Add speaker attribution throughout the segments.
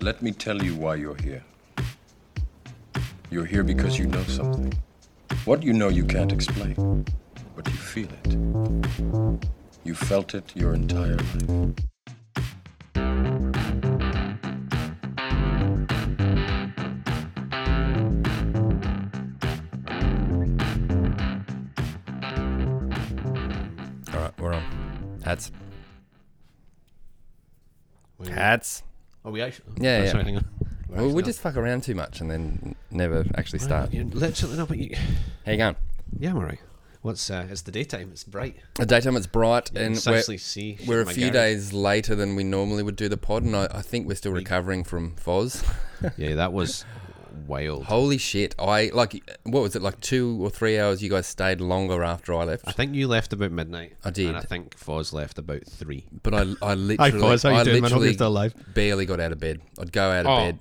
Speaker 1: Let me tell you why you're here. You're here because you know something. What you know you can't explain, but you feel it. You felt it your entire life.
Speaker 2: All right, we're on. Hats. Hats.
Speaker 3: Are we actually?
Speaker 2: Yeah,
Speaker 3: Oh,
Speaker 2: yeah.
Speaker 3: Sorry, hang on.
Speaker 2: Well, we just fuck around too much and then n- never actually start.
Speaker 3: You lit something up. You...
Speaker 2: How you going?
Speaker 3: Yeah, I'm alright. What's uh, it's the daytime? It's bright.
Speaker 2: The daytime it's bright and
Speaker 3: it's
Speaker 2: we're,
Speaker 3: actually see.
Speaker 2: we're a
Speaker 3: my
Speaker 2: few
Speaker 3: garage.
Speaker 2: days later than we normally would do the pod, and I, I think we're still recovering from Foz.
Speaker 3: Yeah, that was wild.
Speaker 2: Holy shit! I like what was it like two or three hours? You guys stayed longer after I
Speaker 3: I
Speaker 2: left,
Speaker 3: think you left about midnight.
Speaker 2: I did.
Speaker 3: And I think Foz left about three.
Speaker 2: but I I literally
Speaker 4: Foz, how you doing, man? Hope
Speaker 2: I
Speaker 4: you're
Speaker 2: literally
Speaker 4: still alive.
Speaker 2: barely got out of bed. I'd go out of
Speaker 3: Oh.
Speaker 2: bed.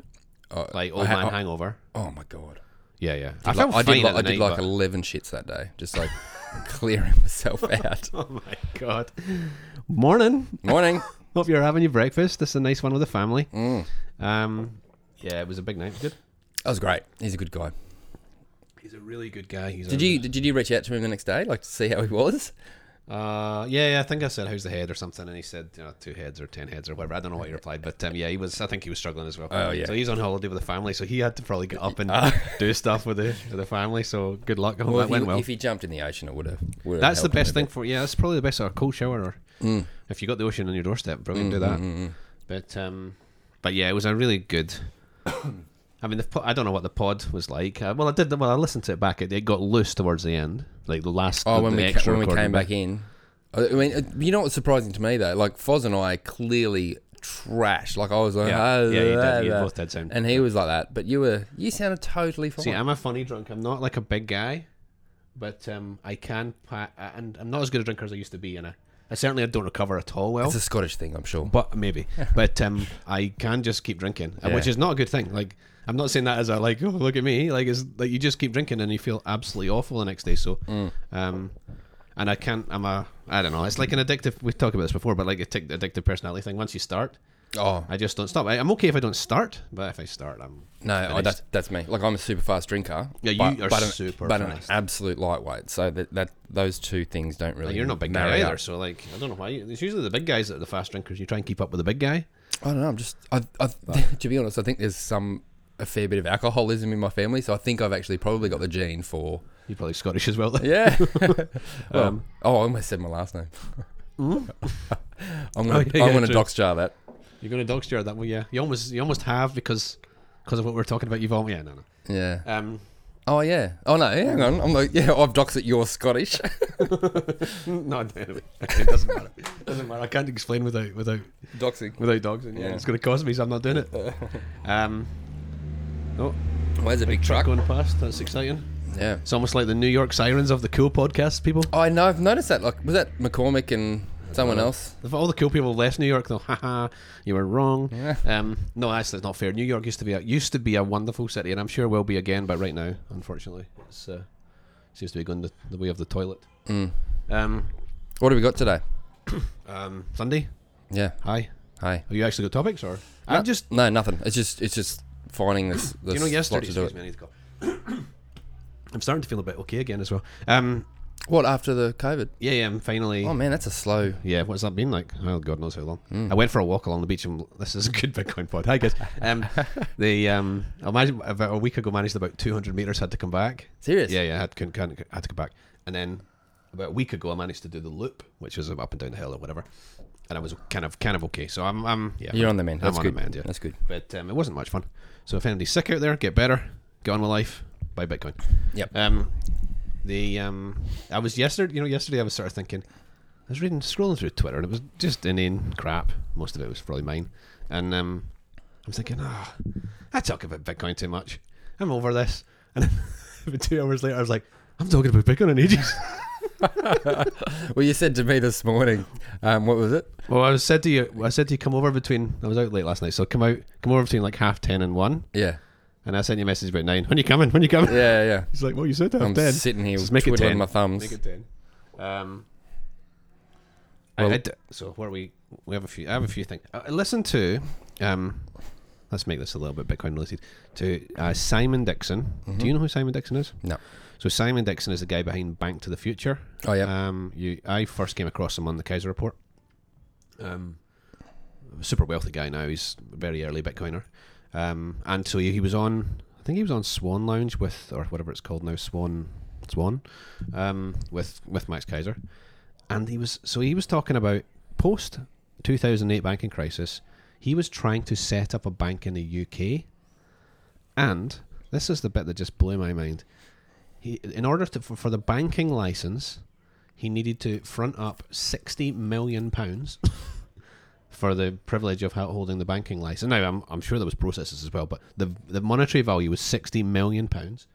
Speaker 2: I-
Speaker 3: Like old
Speaker 2: I ha-
Speaker 3: man
Speaker 2: I-
Speaker 3: hangover.
Speaker 2: Oh my god!
Speaker 3: Yeah, yeah. I
Speaker 2: Like,
Speaker 3: felt
Speaker 2: I
Speaker 3: fine
Speaker 2: did like,
Speaker 3: at
Speaker 2: I
Speaker 3: the
Speaker 2: did
Speaker 3: night,
Speaker 2: like
Speaker 3: but-
Speaker 2: eleven shits that day, just like clearing myself out.
Speaker 3: Oh my god. Morning.
Speaker 2: Morning.
Speaker 3: Hope you're having your breakfast. This is a nice one with the family.
Speaker 2: Mm.
Speaker 3: Um, yeah, it was a big night. Good.
Speaker 2: That was great. He's a good guy.
Speaker 3: He's a really good guy. He's
Speaker 2: Did you did you reach out to him the next day, like to see how he was?
Speaker 3: Uh, yeah, yeah, I think I said how's the head or something, and he said you know two heads or ten heads or whatever. I don't know what he replied, but um, yeah, he was. I think he was struggling as well.
Speaker 2: Oh, yeah. Uh,
Speaker 3: So he's on holiday with the family, so he had to probably get up and do stuff with the with the family. So good luck. I hope
Speaker 2: Well,
Speaker 3: that
Speaker 2: if,
Speaker 3: went
Speaker 2: he,
Speaker 3: well.
Speaker 2: if he jumped in the ocean, it would have. would have
Speaker 3: that's the
Speaker 2: helped him a
Speaker 3: best thing
Speaker 2: bit.
Speaker 3: for yeah. That's probably the best or a cold shower or
Speaker 2: Mm.
Speaker 3: if you got the ocean on your doorstep, brilliant. do that. But um, but yeah, it was a really good. I mean, the po- I don't know what the pod was like. Uh, well, I did. Well, I listened to it back. It, it got loose towards the end, like the last.
Speaker 2: Oh,
Speaker 3: the,
Speaker 2: when
Speaker 3: the
Speaker 2: we
Speaker 3: extra
Speaker 2: ca- when we
Speaker 3: recording
Speaker 2: came
Speaker 3: bit.
Speaker 2: back in, I I mean, uh, you know what's surprising to me though, like Foz and I clearly trashed. Like I was like,
Speaker 3: Yeah.
Speaker 2: "Oh,
Speaker 3: Yeah, you
Speaker 2: blah,
Speaker 3: did. You
Speaker 2: blah."
Speaker 3: both did sound-
Speaker 2: and he was like that. But you were you sounded totally fine.
Speaker 3: See, I'm a funny drunk. I'm not like a big guy, but um, I can. Pa- uh, and I'm not as good a drinker as I used to be, and I, I certainly don't recover at all well.
Speaker 2: it's a Scottish thing, I'm sure.
Speaker 3: But maybe, but um, I can just keep drinking, uh, which
Speaker 2: Yeah.
Speaker 3: is not a good thing. Like I'm not saying that as a like, oh look at me. Like it's like you just keep drinking and you feel absolutely awful the next day. So,
Speaker 2: Mm.
Speaker 3: um, and I can't. I'm a. I don't know. It's like an addictive. We've talked about this before, but like a tic- addictive personality thing. Once you start,
Speaker 2: oh
Speaker 3: I just don't stop. I, I'm okay if I don't start, but if I start, I'm
Speaker 2: no, I-
Speaker 3: finished.
Speaker 2: that's that's me. Like I'm a super fast drinker.
Speaker 3: Yeah, you
Speaker 2: but,
Speaker 3: are
Speaker 2: but an-
Speaker 3: super
Speaker 2: but
Speaker 3: fast.
Speaker 2: an absolute lightweight. So that, that those two things don't really.
Speaker 3: But you're not a big guy
Speaker 2: marry
Speaker 3: either,
Speaker 2: up.
Speaker 3: so like I don't know why. you- It's usually the big guys that are the fast drinkers. You try and keep up with the big guy.
Speaker 2: I don't know. I'm just. I, I, to be honest, I think there's some a fair bit of alcoholism in my family, so I think I've actually probably got the gene for.
Speaker 3: You're probably Scottish as well. Um,
Speaker 2: Yeah. well, oh, I almost said my last name. Mm. I'm gonna,
Speaker 3: Oh, yeah,
Speaker 2: I'm
Speaker 3: yeah,
Speaker 2: gonna
Speaker 3: true.
Speaker 2: dox jar that.
Speaker 3: You're going to dog steer that way. Yeah, you almost you almost have because because of what we're talking about. You've all yeah no no.
Speaker 2: Yeah.
Speaker 3: Um,
Speaker 2: Oh yeah. Oh no. Hang on. I'm like, yeah. I've doxed it. You're Scottish.
Speaker 3: no anyway, it doesn't matter. It doesn't matter. I can't explain without without
Speaker 2: Doxing.
Speaker 3: without dogs. And yeah,
Speaker 2: Yeah.
Speaker 3: it's going to cost me, so I'm not doing it. Um, oh,
Speaker 2: Where's a big
Speaker 3: truck
Speaker 2: truck?
Speaker 3: going past. That's exciting.
Speaker 2: Yeah.
Speaker 3: It's almost like the New York sirens of the cool podcast people.
Speaker 2: Oh, I know. I've noticed that. Like, was that McCormick and someone
Speaker 3: Uh-huh.
Speaker 2: else?
Speaker 3: If all the cool people left New York, though, haha, you were wrong.
Speaker 2: Yeah.
Speaker 3: Um, no, that's that's not fair. New York used to be a, used to be a wonderful city, and I'm sure will be again, but right now, unfortunately, it's uh, seems to be going the, the way of the toilet.
Speaker 2: Mm.
Speaker 3: Um,
Speaker 2: What have we got today?
Speaker 3: um, Sunday,
Speaker 2: Yeah.
Speaker 3: hi.
Speaker 2: Hey.
Speaker 3: Have you actually got topics, or
Speaker 2: No,
Speaker 3: I'm just
Speaker 2: no nothing. It's just it's just finding this. this
Speaker 3: you know
Speaker 2: slot
Speaker 3: yesterday.
Speaker 2: to do
Speaker 3: Excuse
Speaker 2: it.
Speaker 3: me, I need to go. I'm starting to feel a bit okay again as well. Um,
Speaker 2: What after the COVID?
Speaker 3: yeah, yeah, I'm finally.
Speaker 2: Oh man, that's a slow.
Speaker 3: Yeah, what's that been like? Oh, God knows how long.
Speaker 2: Hmm.
Speaker 3: I went for a walk along the beach, and this is a good Bitcoin pod. Hi guys. Um, the um, I imagine about a week ago managed about 200 meters, had to come back.
Speaker 2: Serious.
Speaker 3: Yeah, yeah, I had, couldn't, couldn't, had to come back, and then about a week ago I managed to do the loop, which was up and down the hill or whatever, and I was kind of kind of okay. So I'm, I'm yeah,
Speaker 2: You're on the mend.
Speaker 3: I'm
Speaker 2: That's
Speaker 3: on
Speaker 2: good.
Speaker 3: the mend, yeah.
Speaker 2: That's good.
Speaker 3: But um, it wasn't much fun. So if anybody's sick out there, get better, get on with life, buy Bitcoin.
Speaker 2: Yep.
Speaker 3: Um, the um, I was yesterday. You know, yesterday I was sort of thinking. I was reading, scrolling through Twitter, and it was just inane crap. Most of it was probably mine, and um, I'm thinking, ah, I talk about Bitcoin too much. I'm over this. And then two hours later, I was like, I'm talking about Bitcoin in ages.
Speaker 2: Well, you said to me this morning, um, what was it?
Speaker 3: well, I was said to you, I said to you, come over between. I was out late last night, so come out, come over between like half ten and one.
Speaker 2: Yeah,
Speaker 3: And I sent you a message about nine. When you coming? When you coming?
Speaker 2: yeah, yeah.
Speaker 3: He's like, well, you said half
Speaker 2: I'm
Speaker 3: ten.
Speaker 2: sitting here
Speaker 3: Just make it
Speaker 2: twiddling
Speaker 3: 10.
Speaker 2: my thumbs.
Speaker 3: Make it ten. Um, I-
Speaker 2: Well-
Speaker 3: I d- so what are we? We have a few. I have a few things. I I listened to Uh, um, let's make this a little bit Bitcoin related. To uh, Simon Dixon. Do you know who Simon Dixon is?
Speaker 2: No.
Speaker 3: So Simon Dixon is the guy behind Bank to the Future.
Speaker 2: Oh, yeah.
Speaker 3: Um, you, I first came across him on the Kaiser Report. Um, super wealthy guy now. He's a very early Bitcoiner. Um, and so he, he was on. I think he was on Swan Lounge with, or whatever it's called now, Swan, Swan, um, with with Max Kaiser, and he was so he was talking about post 2008 banking crisis. He was trying to set up a bank in the UK, and this is the bit that just blew my mind he in order to for, for the banking license he needed to front up 60 million pounds for the privilege of ho- holding the banking license now I'm, I'm sure there was processes as well but the the monetary value was 60 million pounds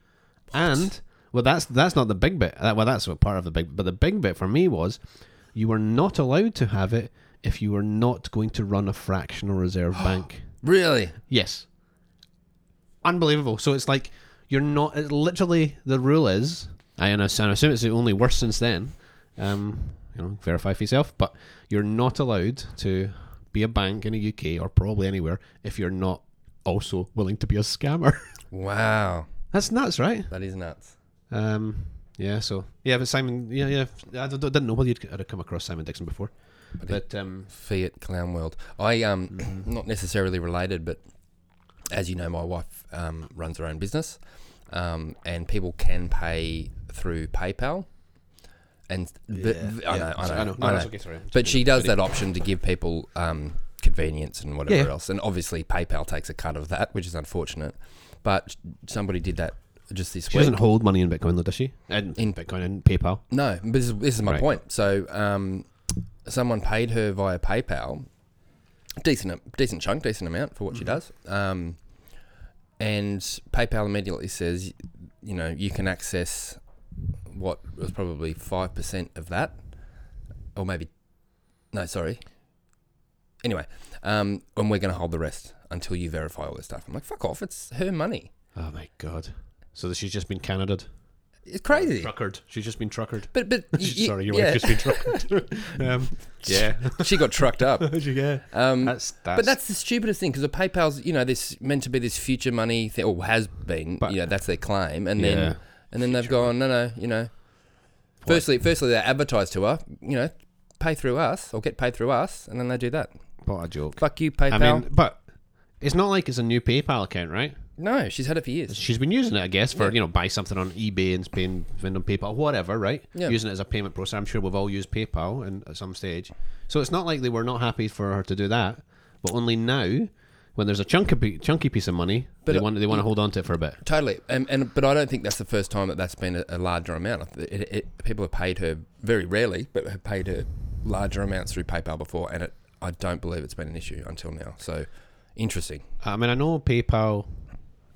Speaker 3: and well that's that's not the big bit That- well that's what part of the big but the big bit for me was you were not allowed to have it if you were not going to run a fractional reserve bank
Speaker 2: Really?
Speaker 3: Yes. Unbelievable. So it's like you're not. It's literally the rule is. I and I s- and I assume it's only worse since then. Um, you know, verify for yourself. But you're not allowed to be a bank in the UK or probably anywhere if you're not also willing to be a scammer.
Speaker 2: Wow.
Speaker 3: That's nuts, right?
Speaker 2: That is nuts.
Speaker 3: Um, yeah. So yeah, but Simon. Yeah, yeah. I don't- didn't know whether you'd I'd come across Simon Dixon before, but um, mm,
Speaker 2: Fiat clown world. I um not necessarily related, but as you know, my wife um, runs her own business, um, and people can pay through PayPal. And the, the- I,
Speaker 3: yeah.
Speaker 2: know, I know,
Speaker 3: Sorry, I know. No,
Speaker 2: I
Speaker 3: that's
Speaker 2: know.
Speaker 3: okay, sorry.
Speaker 2: but she does that option to give people um, convenience and whatever
Speaker 3: Yeah.
Speaker 2: else. And obviously, PayPal takes a cut of that, which is unfortunate. But somebody did that just this
Speaker 3: she
Speaker 2: week.
Speaker 3: doesn't hold money in Bitcoin, though, does she? In,
Speaker 2: In-
Speaker 3: Bitcoin and PayPal.
Speaker 2: No, but this is, this is my
Speaker 3: Right.
Speaker 2: point. So, um, someone paid her via PayPal, decent decent chunk, decent amount for what she
Speaker 3: Mm-hmm.
Speaker 2: does. Um, and PayPal immediately says, you know, you can access what was probably five percent of that, or maybe, no, sorry. Anyway, um, and we're going to hold the rest until you verify all this stuff. I'm like, fuck off! It's her money.
Speaker 3: Oh my god! So that she's just been Canada'd,
Speaker 2: It's crazy.
Speaker 3: truckered. She's just been truckered.
Speaker 2: But but y- y-
Speaker 3: Sorry, your
Speaker 2: yeah,
Speaker 3: wife's just been truckered. um, yeah,
Speaker 2: she got trucked up.
Speaker 3: yeah.
Speaker 2: Um,
Speaker 3: That's Mm. that's.
Speaker 2: But that's the stupidest thing because the PayPal's, you know, this meant to be this future money thing, or has been.
Speaker 3: But-
Speaker 2: you know, that's their claim, and
Speaker 3: Yeah.
Speaker 2: then and then they've gone, no, no, you know. Firstly, firstly they advertise to her, you know, pay through us or get paid through us, and then they do that.
Speaker 3: what a joke.
Speaker 2: Fuck you, PayPal.
Speaker 3: I mean, but it's not like it's a new PayPal account, right?
Speaker 2: no, she's had it for years.
Speaker 3: She's been using it, I guess, for you know, buy something on eBay and paying spend on PayPal, whatever, right?
Speaker 2: Yeah.
Speaker 3: Using it as a payment process. I'm sure we've all used PayPal and at some stage. So it's not like they were not happy for her to do that, but only now. When there's a chunky, chunky piece of money,
Speaker 2: But,
Speaker 3: they
Speaker 2: uh,
Speaker 3: want they want to hold on to it for a bit.
Speaker 2: Totally, and, and but I don't think that's the first time that that's been a, a larger amount. It, it, it, people have paid her very rarely, but have paid her larger amounts through PayPal before, and it, I don't believe it's been an issue until now. So, interesting.
Speaker 3: I mean, I know PayPal.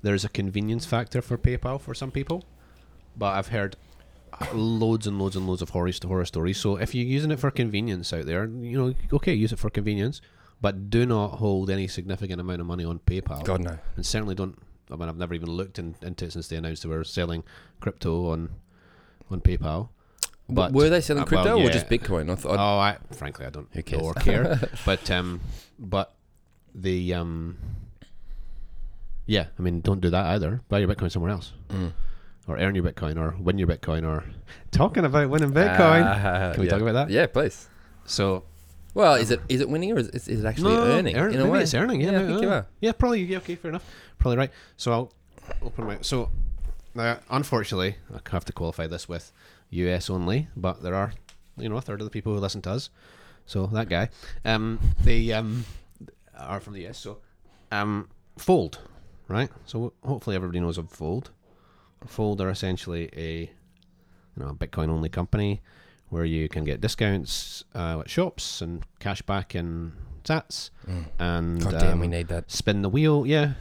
Speaker 3: There's a convenience factor for PayPal for some people, but I've heard loads and loads and loads of horror horror stories. So if you're using it for convenience out there, you know, okay, use it for convenience, but do not hold any significant amount of money on PayPal.
Speaker 2: God no.
Speaker 3: and certainly don't. I mean, I've never even looked in, into it since they announced they were selling crypto on on PayPal.
Speaker 2: But were they selling
Speaker 3: uh, well,
Speaker 2: crypto or
Speaker 3: yeah.
Speaker 2: just Bitcoin? I thought
Speaker 3: Oh, I frankly I don't
Speaker 2: cares?
Speaker 3: know or care. but um, but the um, yeah, I mean, don't do that either. Buy your Bitcoin somewhere else,
Speaker 2: Oh. hmm.
Speaker 3: or earn your Bitcoin, or win your Bitcoin, or talking about winning Bitcoin.
Speaker 2: Ah,
Speaker 3: Can we
Speaker 2: yeah. Uh,
Speaker 3: talk about that?
Speaker 2: Yeah, please.
Speaker 3: So
Speaker 2: Well, is it is it winning or is, is it actually earning?
Speaker 3: earn-
Speaker 2: in a
Speaker 3: maybe
Speaker 2: way,
Speaker 3: it's earning. Yeah,
Speaker 2: yeah, I
Speaker 3: maybe-
Speaker 2: think you
Speaker 3: uh,
Speaker 2: are.
Speaker 3: yeah, probably. Yeah, okay, fair enough. Probably right. So I'll open my. So now, unfortunately, I have to qualify this with U.S. only, but there are, you know, a third of the people who listen to us. So that guy, um, they um, are from the U.S. So, um, fold, right? So hopefully everybody knows of fold. Fold are essentially a you know, a Bitcoin only company where you can get discounts uh, at shops and cash back in sats and
Speaker 2: Mm. God damn, we
Speaker 3: um,
Speaker 2: need that.
Speaker 3: spin the wheel. Yeah,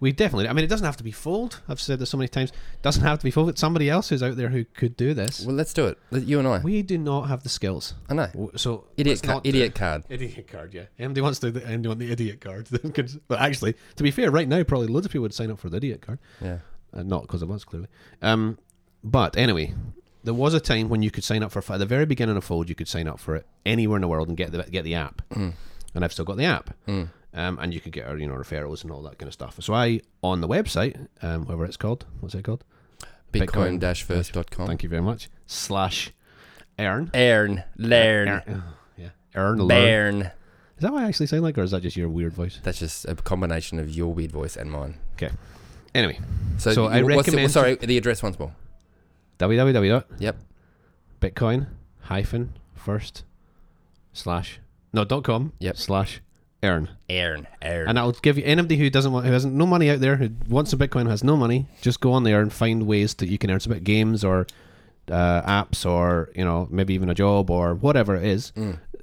Speaker 3: we definitely. I mean, it doesn't have to be fold. I've said this so many times. Doesn't have to be fold. It's somebody else who's out there who could do this.
Speaker 2: Well, let's do it. Let- You and I.
Speaker 3: We do not have the skills.
Speaker 2: I know.
Speaker 3: W- So
Speaker 2: Idiot,
Speaker 3: let's
Speaker 2: ca-
Speaker 3: not do-
Speaker 2: idiot card.
Speaker 3: Idiot card, yeah. MD wants to do the MD on the idiot card. but actually, to be fair, right now probably loads of people would sign up for the idiot card.
Speaker 2: Yeah.
Speaker 3: Uh, not because of us, clearly. Um, but anyway, there was a time when you could sign up for at the very
Speaker 2: Hmm.
Speaker 3: beginning of Fold, you could sign up for it anywhere in the world and get the get the app. And I've still got the app. um, and you can get our you know referrals and all that kind of stuff. So I on the website, um, whatever it's called, what's it called? Bitcoin-
Speaker 2: Bitcoin-first.com.
Speaker 3: Thank you very much. Slash earn
Speaker 2: Earn, learn,
Speaker 3: earn Oh, yeah earn learn.
Speaker 2: learn.
Speaker 3: Is that what I actually sound like, or is that just your weird voice?
Speaker 2: That's just a combination of your weird voice and mine.
Speaker 3: Okay. Anyway,
Speaker 2: So,
Speaker 3: So I
Speaker 2: you- what's the-
Speaker 3: recommend-
Speaker 2: sorry, the address once more.
Speaker 3: www.
Speaker 2: Yep.
Speaker 3: Bitcoin hyphen first slash no dot com
Speaker 2: Yep.
Speaker 3: slash earn.
Speaker 2: Earn, earn.
Speaker 3: And I'll give you anybody who doesn't want who hasn't no money out there who wants some Bitcoin who has no money, just go on there and find ways that you can earn some bit games or uh, apps or you know maybe even a job or whatever it is.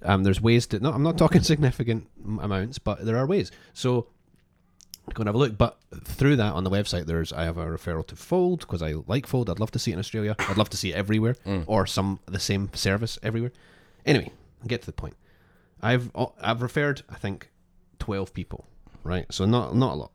Speaker 3: Um, there's ways to. No, I'm not talking significant m- amounts, but there are ways. So go and have a look. But through that on the website, there's I have a referral to Fold because I like Fold. I'd love to see it in Australia. I'd love to see it everywhere or some the same service everywhere. Anyway, I'll get to the point. I've uh, I've referred I think twelve people, right? So not not a lot,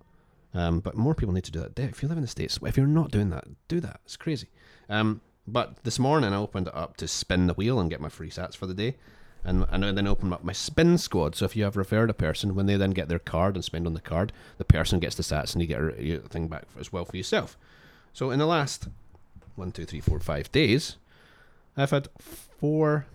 Speaker 3: um, but more people need to do that. If you live in the states, if you're not doing that, do that. It's crazy. Um, but this morning I opened it up to spin the wheel and get my free sats for the day, and and then open up my spin squad. So if you have referred a person, when they then get their card and spend on the card, the person gets the sats and you get a a thing back as well for yourself. So in the last one, two, three, four, five days, I've had four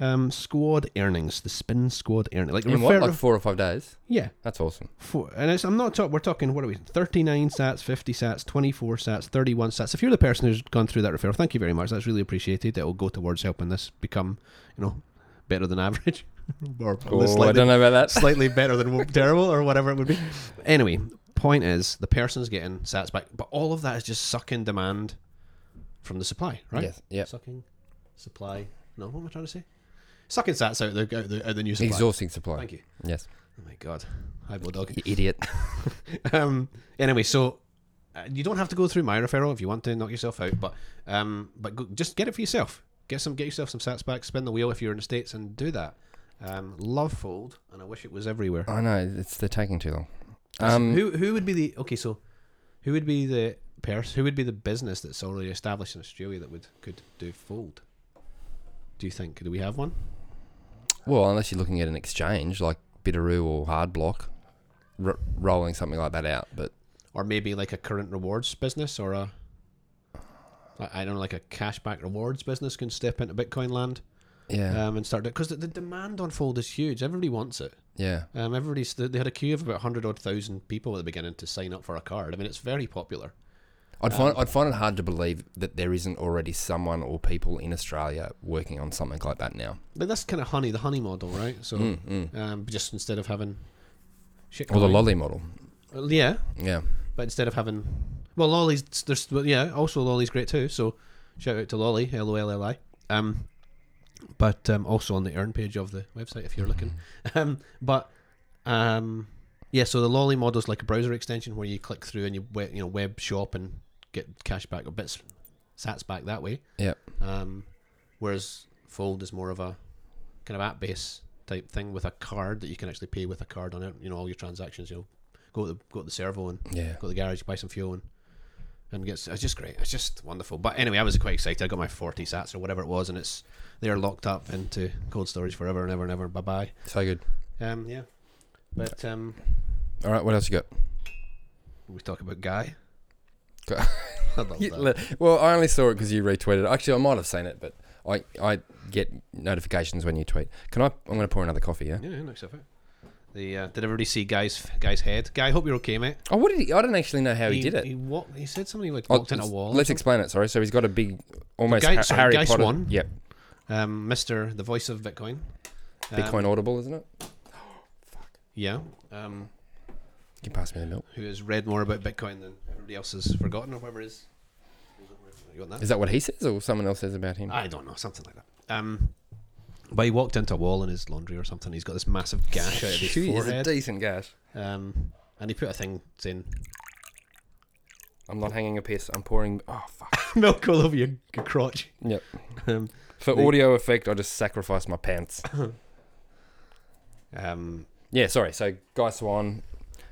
Speaker 3: um, squad earnings, the spin squad earning, like
Speaker 2: in what,
Speaker 3: refer-
Speaker 2: like four or five days?
Speaker 3: yeah,
Speaker 2: That's awesome.
Speaker 3: four, and it's, I'm not talking. We're talking what are we? Thirty nine sats, fifty sats, twenty four sats, thirty one sats. If you're the person who's gone through that referral, thank you very much. That's really appreciated. It will go towards helping this become, you know, better than average, or at least
Speaker 2: Oh, I
Speaker 3: slightly,
Speaker 2: don't know about that.
Speaker 3: slightly better than terrible, or whatever it would be. Anyway, point is the person's getting sats back, but all of that is just sucking demand from the supply, right?
Speaker 2: Yes. Yep.
Speaker 3: Sucking supply. No, what am I trying to say? Sucking sats out the out the, out the new supply.
Speaker 2: Exhausting supply.
Speaker 3: Thank you.
Speaker 2: Yes.
Speaker 3: Oh my god, hi bulldog.
Speaker 2: You idiot.
Speaker 3: um, anyway, so uh, you don't have to go through my referral if you want to knock yourself out, but um, but go, just get it for yourself. Get some, get yourself some sats back. Spin the wheel if you're in the states and do that. Um, love fold, and I wish it was everywhere.
Speaker 2: I know it's they're taking too long. Um,
Speaker 3: who who would be the okay? So who would be the person? Who would be the business that's already established in Australia that would could do fold? Do you think? Do we have one?
Speaker 2: Well, unless you're looking at an exchange like Bitteroo or Hard Block, r- rolling something like that out. But
Speaker 3: or maybe like a current rewards business or a I I don't know, like a cashback rewards business can step into Bitcoin land
Speaker 2: yeah,
Speaker 3: um, and start it because the, the demand on Fold is huge. Everybody wants it.
Speaker 2: yeah,
Speaker 3: Um, everybody's they they had a queue of about hundred odd thousand people at the beginning to sign up for a card. I mean, it's very popular.
Speaker 2: I'd find
Speaker 3: um,
Speaker 2: I'd find it hard to believe that there isn't already someone or people in Australia working on something like that now. Mm,
Speaker 3: But that's kind of honey, the honey model, right? So, Um, just instead of having shit,
Speaker 2: Or Hmm. Oh, the
Speaker 3: coin-
Speaker 2: lolly model.
Speaker 3: Well, yeah,
Speaker 2: Yeah,
Speaker 3: but instead of having well lolly's there's well, yeah also lolly's great too so shout out to lolly l-o-l-l-i um but um also on the earn page of the website if you're looking um but um yeah so the lolly model's like a browser extension where you click through and you we- you know web shop and get cash back or bits sats back that way
Speaker 2: yeah.
Speaker 3: um whereas fold is more of a kind of app base type thing with a card that you can actually pay with a card on it you know all your transactions you know go to the, go to the servo and
Speaker 2: Yeah.
Speaker 3: go to the garage, buy some fuel, and and gets it's just great. It's just wonderful. But anyway, I was quite excited. I got my forty sats or whatever it was, and it's they are locked up into cold storage forever and ever and ever. Bye bye.
Speaker 2: So good.
Speaker 3: Um, yeah. But um,
Speaker 2: All right, what else you got?
Speaker 3: we talk about guy.
Speaker 2: Go-
Speaker 3: I love
Speaker 2: Yeah,
Speaker 3: that.
Speaker 2: le- Well, I only saw it because you retweeted it. Actually, I might have seen it, but I, I get notifications when you tweet. Can I? I'm going to pour another coffee. Yeah.
Speaker 3: Yeah, yeah, no stuff. The uh, did everybody see guy's guy's head? Guy, hope you're okay, mate.
Speaker 2: Oh, what did he? I don't actually know how Oh, he, did it.
Speaker 3: He, walked, he said something like
Speaker 2: Oh,
Speaker 3: walked in a
Speaker 2: let's-
Speaker 3: wall. or
Speaker 2: Let's explain it. Sorry. So he's got a big, almost
Speaker 3: Guy-
Speaker 2: Ha-
Speaker 3: sorry,
Speaker 2: Harry
Speaker 3: Guy
Speaker 2: Potter.
Speaker 3: Swan.
Speaker 2: Yep.
Speaker 3: something. um, Mister, the voice of Bitcoin. Um,
Speaker 2: Bitcoin Audible, isn't it?
Speaker 3: Yeah. Um,
Speaker 2: You can pass me the milk.
Speaker 3: who has read more about Bitcoin than everybody else has forgotten or whatever it is. You want that?
Speaker 2: Is that what he says, or someone else says about him?
Speaker 3: I don't know, something like that. Um, but he walked into a wall in his laundry or something. He's got this massive gash out of his
Speaker 2: He's a
Speaker 3: forehead,
Speaker 2: decent gash.
Speaker 3: um, and he put a thing saying
Speaker 2: I'm not hanging a piss. I'm pouring. Oh fuck.
Speaker 3: "milk all over your your crotch."
Speaker 2: yep.
Speaker 3: Um,
Speaker 2: For
Speaker 3: The-
Speaker 2: audio effect, I just sacrificed my pants.
Speaker 3: um,
Speaker 2: yeah. Sorry. So Guy Swan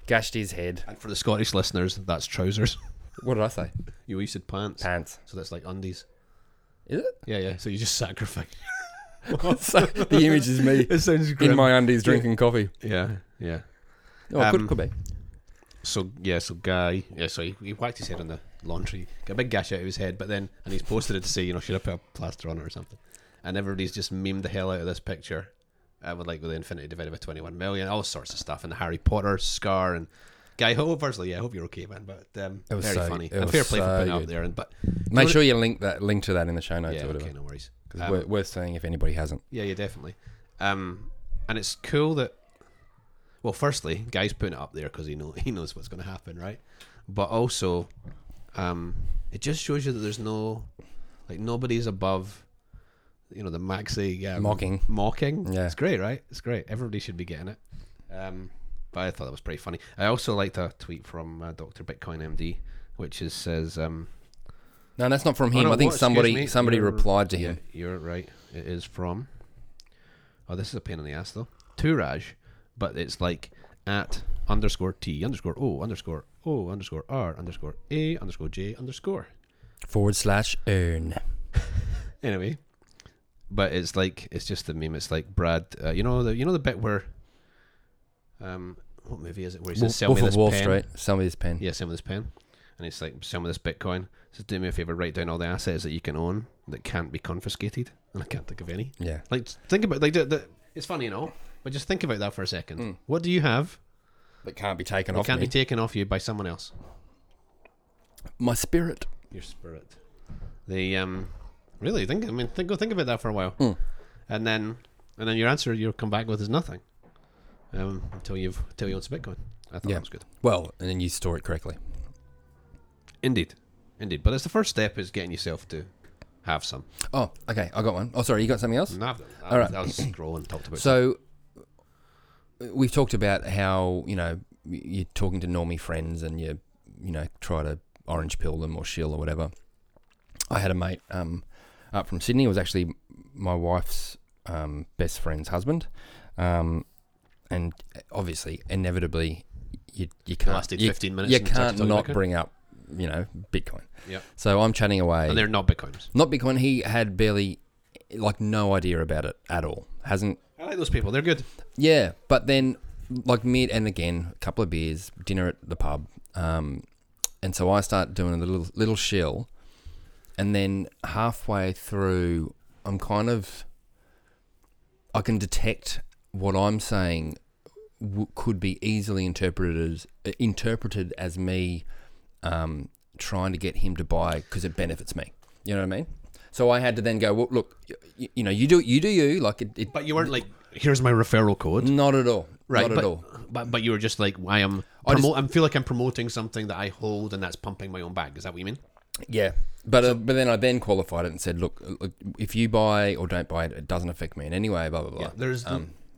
Speaker 2: gashed his head.
Speaker 3: and for the Scottish listeners, that's trousers.
Speaker 2: What did I say?
Speaker 3: You always said pants,
Speaker 2: Pants.
Speaker 3: so that's like undies.
Speaker 2: Is it?
Speaker 3: Yeah, yeah. So you just sacrifice.
Speaker 2: so the image is me
Speaker 3: it sounds
Speaker 2: in
Speaker 3: grim.
Speaker 2: my undies drinking coffee.
Speaker 3: yeah, yeah.
Speaker 2: Oh, it
Speaker 3: Um,
Speaker 2: could, could be.
Speaker 3: So yeah, so guy, yeah, so he, he whacked his head on the laundry, got a big gash out of his head, but then and he's posted it to say, you know, should I put a plaster on it or something? And everybody's just memed the hell out of this picture. I would like with the infinity divided by twenty one million, all sorts of stuff, and the Harry Potter scar and guy. Hope personally, yeah, I hope you're okay, man. But um,
Speaker 2: It was
Speaker 3: very
Speaker 2: so-
Speaker 3: funny
Speaker 2: it
Speaker 3: and
Speaker 2: was
Speaker 3: fair play for
Speaker 2: so
Speaker 3: putting it up
Speaker 2: good.
Speaker 3: there. And but
Speaker 2: Make sure you link that link to that in the show notes
Speaker 3: yeah,
Speaker 2: or
Speaker 3: okay,
Speaker 2: whatever.
Speaker 3: no worries.
Speaker 2: 'Cause
Speaker 3: Um,
Speaker 2: wor- worth saying if anybody hasn't.
Speaker 3: Yeah, yeah, definitely. Um, and it's cool that. Well, firstly, guy's putting it up there because he know he knows what's going to happen, right? But also, um, it just shows you that there's no, like, nobody's above, you know, the maxi um,
Speaker 2: Mocking.
Speaker 3: mocking.
Speaker 2: Yeah.
Speaker 3: it's great, right? It's great. Everybody should be getting it. Um, but I thought that was pretty funny. I also liked a tweet from uh, Doctor Bitcoin MD, which is says, um,
Speaker 2: No, that's not from
Speaker 3: Oh,
Speaker 2: him.
Speaker 3: no,
Speaker 2: I think
Speaker 3: what? Excuse
Speaker 2: somebody
Speaker 3: me.
Speaker 2: somebody
Speaker 3: You're-
Speaker 2: replied to him.
Speaker 3: Yeah, you're right. It is from. Oh, this is a pain in the ass though. Tourage, but it's like at underscore t underscore o underscore o underscore r underscore a underscore j underscore.
Speaker 2: Forward slash earn.
Speaker 3: Anyway, but it's like it's just the meme. It's like Brad. Uh, you know the you know the bit where. Um, what movie is it where he says sell
Speaker 2: Wolf
Speaker 3: me
Speaker 2: of
Speaker 3: this
Speaker 2: Wall
Speaker 3: pen?
Speaker 2: Street. Sell me this pen.
Speaker 3: Yeah, sell me this pen. And it's like sell me this Bitcoin. It says do me a favor, write down all the assets that you can own that can't be confiscated. And I can't think of any.
Speaker 2: Yeah.
Speaker 3: Like, think about like the, the, it's funny, you know, but just think about that for a second. What do you have
Speaker 2: That can't be taken
Speaker 3: that
Speaker 2: Hmm. off
Speaker 3: can't
Speaker 2: me.
Speaker 3: be taken off you by someone else?
Speaker 2: My spirit.
Speaker 3: Your spirit. The um, really think. I mean, think go think about that for a while,
Speaker 2: Hmm.
Speaker 3: and then and then your answer you'll come back with is nothing. Um, until you've until you own some Bitcoin. I thought
Speaker 2: Yeah.
Speaker 3: that was good.
Speaker 2: Well, and then you store it correctly.
Speaker 3: Indeed, indeed. But it's the first step is getting yourself to have some.
Speaker 2: Oh, okay. I got one. Oh, sorry. You got something else?
Speaker 3: And I've, I've,
Speaker 2: All right.
Speaker 3: I was scrolling, talked about.
Speaker 2: So uh, we've talked about how you know y- you're talking to normie friends and you you know try to orange pill them or shill or whatever. I had a mate um, up from Sydney. It was actually my wife's um, best friend's husband, um, and obviously, inevitably, you you can't
Speaker 3: lasted
Speaker 2: you,
Speaker 3: 15 minutes
Speaker 2: You
Speaker 3: and started
Speaker 2: can't
Speaker 3: talking
Speaker 2: not
Speaker 3: Bitcoin?
Speaker 2: bring up you know Bitcoin.
Speaker 3: Yep.
Speaker 2: So I'm chatting away.
Speaker 3: and they're not bitcoins.
Speaker 2: not Bitcoin. He had barely, like, no idea about it at all. Hasn't
Speaker 3: I like those people. They're good.
Speaker 2: yeah, but then like mid and again, a couple of beers, dinner at the pub, um, and so I start doing a little little shill, and then halfway through, I'm kind of, I can detect what I'm saying w- could be easily interpreted as uh, interpreted as me um, trying to get him to buy because it benefits me. You know what I mean? So I had to then go, well, look, you, you know, you do you do you like it. it
Speaker 3: But you weren't like, here's my referral code.
Speaker 2: not at all.
Speaker 3: Right,
Speaker 2: Not
Speaker 3: but,
Speaker 2: at all.
Speaker 3: But but you were just like, I am.
Speaker 2: I just-
Speaker 3: Promo- I feel like I'm promoting something that I hold, and that's pumping my own bag. Is that what you mean?
Speaker 2: Yeah. But, uh, but then I then qualified it and said, look, uh, look, if you buy or don't buy it, it doesn't affect me in any way, blah, blah, blah. Yeah. Um,
Speaker 3: There's.